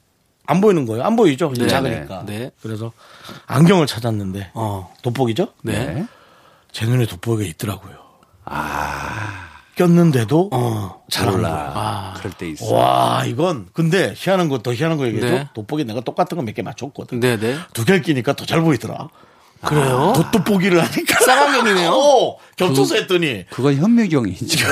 [SPEAKER 1] 안 보이는 거예요. 안 보이죠. 이제
[SPEAKER 2] 음. 네,
[SPEAKER 1] 작으니까.
[SPEAKER 2] 네, 네.
[SPEAKER 1] 그래서 안경을 찾았는데
[SPEAKER 2] 어.
[SPEAKER 1] 돋보기죠.
[SPEAKER 2] 네.
[SPEAKER 1] 제 눈에 돋보기가 있더라고요.
[SPEAKER 2] 아.
[SPEAKER 1] 꼈는데도
[SPEAKER 2] 어.
[SPEAKER 1] 잘 올라.
[SPEAKER 7] 아, 그럴 때 있어.
[SPEAKER 1] 와 이건 근데 희한한 거 더 희한한 거 얘기해도
[SPEAKER 2] 네.
[SPEAKER 1] 돋보기 내가 똑같은 거 몇 개 맞췄거든.
[SPEAKER 2] 네, 네.
[SPEAKER 1] 두 개를 끼니까 더 잘 보이더라. 아,
[SPEAKER 2] 그래요?
[SPEAKER 1] 돋돋보기를 하니까
[SPEAKER 2] 쌍안경이네요.
[SPEAKER 1] 어, 겹쳐서 했더니
[SPEAKER 7] 그건 현미경이지.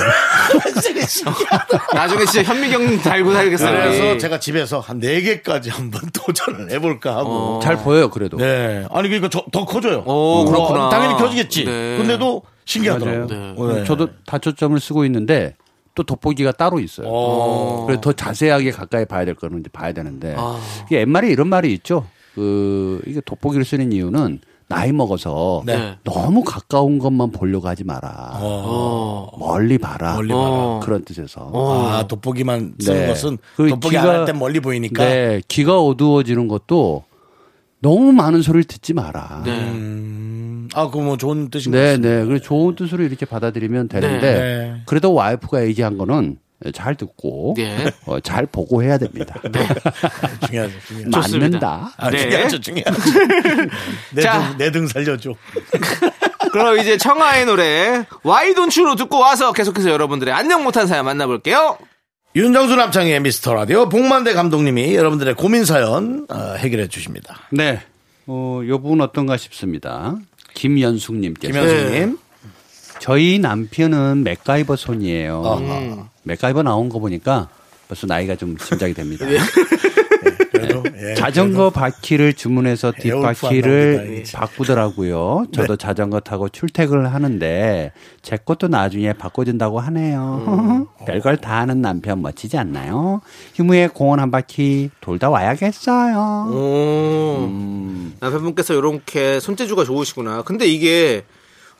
[SPEAKER 1] 확실히 신기하다.
[SPEAKER 2] 나중에 진짜 현미경 달고 살겠어요.
[SPEAKER 1] 그래서
[SPEAKER 2] 우리.
[SPEAKER 1] 제가 집에서 한 네 개까지 한번 도전을 해볼까 하고.
[SPEAKER 7] 잘 보여요, 그래도.
[SPEAKER 1] 네. 아니 그러니까 저- 더 커져요. 어,
[SPEAKER 2] 오, 어. 그렇구나.
[SPEAKER 1] 당연히 켜지겠지.
[SPEAKER 2] 네.
[SPEAKER 1] 근데도 신기하더라고요.
[SPEAKER 7] 맞아요.
[SPEAKER 1] 네.
[SPEAKER 7] 저도 다초점을 쓰고 있는데 또 돋보기가 따로 있어요. 그래서 더 자세하게 가까이 봐야 될 거는 이제 봐야 되는데
[SPEAKER 1] 아.
[SPEAKER 7] 이게 옛말에 이런 말이 있죠. 그 이게 돋보기를 쓰는 이유는 나이 먹어서
[SPEAKER 2] 네.
[SPEAKER 7] 너무 가까운 것만 보려고 하지 마라.
[SPEAKER 1] 어.
[SPEAKER 7] 멀리 봐라.
[SPEAKER 2] 봐라.
[SPEAKER 7] 어. 그런 뜻에서.
[SPEAKER 2] 어.
[SPEAKER 1] 아, 돋보기만 쓰는
[SPEAKER 7] 네.
[SPEAKER 1] 것은
[SPEAKER 7] 그
[SPEAKER 1] 돋보기 안
[SPEAKER 7] 귀가-
[SPEAKER 1] 할 땐 멀리 보이니까.
[SPEAKER 7] 네, 귀가 어두워지는 것도 너무 많은 소리를 듣지 마라.
[SPEAKER 2] 네.
[SPEAKER 1] 아, 그거 뭐 좋은 뜻인 것
[SPEAKER 7] 네,
[SPEAKER 1] 같습니다.
[SPEAKER 7] 네. 그래서 좋은 뜻으로 이렇게 받아들이면 되는데
[SPEAKER 1] 네.
[SPEAKER 7] 그래도 와이프가 얘기한 거는 잘 듣고
[SPEAKER 2] 네.
[SPEAKER 7] 어, 잘 보고 해야 됩니다.
[SPEAKER 1] 중요하죠. 중요하죠.
[SPEAKER 2] 좋습니다.
[SPEAKER 7] 맞는다.
[SPEAKER 1] 아,
[SPEAKER 2] 네.
[SPEAKER 1] 중요하죠. 중요하죠.
[SPEAKER 2] 자.
[SPEAKER 1] 내등 내 등 살려줘.
[SPEAKER 2] 그럼 이제 청하의 노래 와이 돈츄로 듣고 와서 계속해서 여러분들의 안녕 못한 사연 만나볼게요.
[SPEAKER 1] 윤정수 남창의 미스터 라디오 복만대 감독님이 여러분들의 고민 사연 어, 해결해 주십니다.
[SPEAKER 7] 네. 어, 요 부분 어떤가 싶습니다. 김연숙님께서.
[SPEAKER 1] 김현수님.
[SPEAKER 2] 네.
[SPEAKER 7] 저희 남편은 맥가이버 손이에요. 음. 맥가이버 나온 거 보니까 벌써 나이가 좀 짐작이 됩니다.
[SPEAKER 1] 그래도, 예,
[SPEAKER 7] 자전거 바퀴를 주문해서
[SPEAKER 1] 에어울프 안 나오니까,
[SPEAKER 7] 뒷바퀴를
[SPEAKER 1] 이제.
[SPEAKER 7] 바꾸더라고요. 저도
[SPEAKER 1] 네.
[SPEAKER 7] 자전거 타고 출퇴근을 하는데 제 것도 나중에 바꿔준다고 하네요.
[SPEAKER 1] 음.
[SPEAKER 7] 별걸 다 하는 남편 멋지지 않나요? 휴무에 공원 한 바퀴 돌다 와야겠어요.
[SPEAKER 2] 오. 음. 남편분께서 이렇게 손재주가 좋으시구나. 근데 이게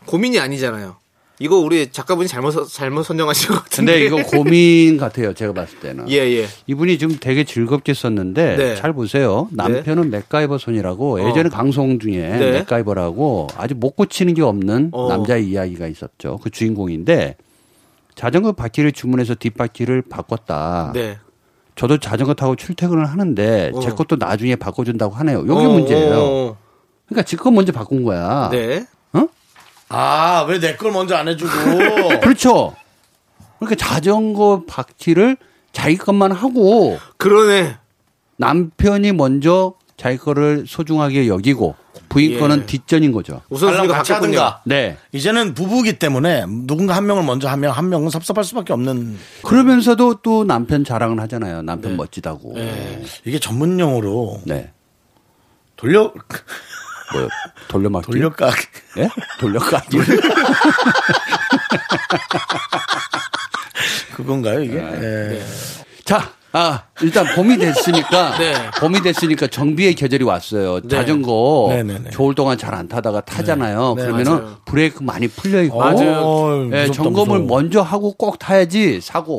[SPEAKER 2] 고민이 아니잖아요. 이거 우리 작가분이 잘못 서- 잘못 선정하신 것 같은데.
[SPEAKER 7] 근데 이거 고민 같아요. 제가 봤을 때는.
[SPEAKER 2] 예, 예.
[SPEAKER 7] 이분이 지금 되게 즐겁게 썼는데
[SPEAKER 2] 네. 어. 네.
[SPEAKER 7] 잘 보세요. 남편은 맥가이버 손이라고 예전에 방송 중에 맥가이버라고 아주 못 고치는 게 없는
[SPEAKER 2] 어.
[SPEAKER 7] 남자의 이야기가 있었죠. 그 주인공인데 자전거 바퀴를 주문해서 뒷바퀴를 바꿨다.
[SPEAKER 2] 네.
[SPEAKER 7] 저도 자전거 타고 출퇴근을 하는데 제
[SPEAKER 2] 어.
[SPEAKER 7] 것도 나중에 바꿔준다고 하네요. 요게
[SPEAKER 2] 어,
[SPEAKER 7] 문제예요.
[SPEAKER 2] 어,
[SPEAKER 7] 그러니까 지금 먼저 바꾼 거야.
[SPEAKER 2] 어. 네.
[SPEAKER 1] 아, 왜 내 걸 먼저 안 해주고.
[SPEAKER 7] 그렇죠. 그러니까 자전거 바퀴를 자기 것만 하고
[SPEAKER 2] 그러네.
[SPEAKER 7] 남편이 먼저 자기 거를 소중하게 여기고 부인
[SPEAKER 2] 예.
[SPEAKER 7] 거는 뒷전인 거죠.
[SPEAKER 1] 달랑
[SPEAKER 2] 우선순위가
[SPEAKER 1] 같이
[SPEAKER 2] 바뀌었군요.
[SPEAKER 1] 하든가.
[SPEAKER 7] 네.
[SPEAKER 1] 이제는 부부기 때문에 누군가 한 명을 먼저 하면 한 명은 섭섭할 수밖에 없는
[SPEAKER 7] 그러면서도 또 남편 자랑을 하잖아요. 남편 멋지다고. 네.
[SPEAKER 1] 이게 전문 용어로 돌려
[SPEAKER 7] 뭐 돌려막기.
[SPEAKER 1] 돌려가
[SPEAKER 7] 예? 돌려막기.
[SPEAKER 1] 그건가요 이게?
[SPEAKER 7] 네.
[SPEAKER 1] 예.
[SPEAKER 7] 자, 아, 일단 봄이 됐으니까
[SPEAKER 2] 네.
[SPEAKER 7] 봄이 됐으니까 정비의 계절이 왔어요. 자전거
[SPEAKER 1] 네, 네, 네.
[SPEAKER 7] 겨울 동안 잘 안 타다가 타잖아요.
[SPEAKER 1] 네,
[SPEAKER 7] 그러면은
[SPEAKER 2] 맞아요.
[SPEAKER 7] 브레이크 많이 풀려 있고
[SPEAKER 2] 맞아요.
[SPEAKER 1] 어,
[SPEAKER 7] 예,
[SPEAKER 1] 무섭다,
[SPEAKER 7] 점검을
[SPEAKER 1] 무서워.
[SPEAKER 7] 먼저 하고 꼭 타야지 사고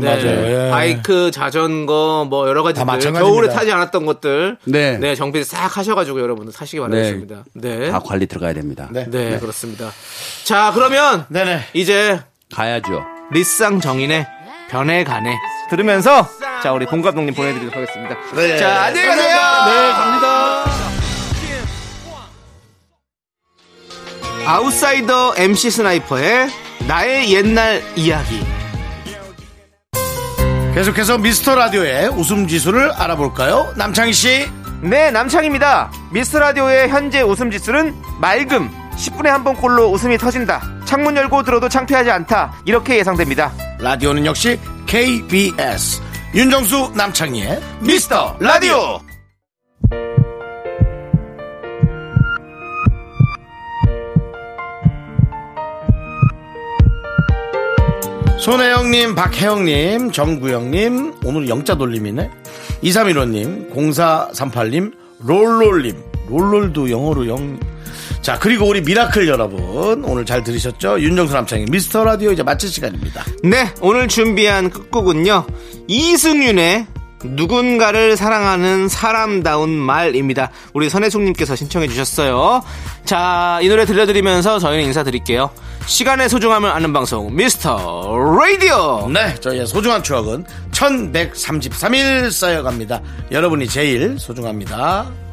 [SPEAKER 1] 맞아요,
[SPEAKER 2] 네.
[SPEAKER 1] 맞아요. 예.
[SPEAKER 2] 바이크, 자전거, 뭐 여러 가지
[SPEAKER 1] 다 마찬가지입니다.
[SPEAKER 2] 겨울에 타지 않았던 것들,
[SPEAKER 7] 네.
[SPEAKER 2] 정비를 싹 하셔가지고 여러분들 사시기 바라겠습니다. 네,
[SPEAKER 7] 다 아, 관리 들어가야 됩니다.
[SPEAKER 1] 네.
[SPEAKER 2] 네, 그렇습니다. 자, 그러면
[SPEAKER 1] 네네.
[SPEAKER 2] 이제
[SPEAKER 7] 가야죠.
[SPEAKER 2] 리쌍 정인의 변해가네 들으면서 자 우리 봉 감독님 보내드리도록 하겠습니다. 자 안녕히 가세요. 네 갑니다. 아웃사이더 MC 스나이퍼의 나의 옛날 이야기.
[SPEAKER 1] 계속해서 미스터 라디오의 웃음 지수를 알아볼까요? 남창희 씨.
[SPEAKER 2] 네, 남창입니다. 미스 라디오의 현재 웃음 지수는 맑음. 10분에 한 번꼴로 웃음이 터진다. 창문 열고 들어도 창피하지 않다. 이렇게 예상됩니다.
[SPEAKER 1] 라디오는 역시 KBS 윤정수 남창희의 미스터 라디오 손혜영님, 박혜영님, 정구영님, 오늘 영자 돌림이네. 2315님, 0438님, 롤롤님, 롤롤도 영어로 영. 자, 그리고 우리 미라클 여러분, 오늘 잘 들으셨죠? 윤정수 남창희 미스터 라디오 이제 마칠 시간입니다.
[SPEAKER 2] 네, 오늘 준비한 끝곡은요. 이승윤의 누군가를 사랑하는 사람다운 말입니다. 우리 선혜숙님께서 신청해 주셨어요. 자, 이 노래 들려드리면서 저희는 인사드릴게요. 시간의 소중함을 아는 방송, 미스터 라디오!
[SPEAKER 1] 네, 저희의 소중한 추억은 1133일 쌓여갑니다. 여러분이 제일 소중합니다.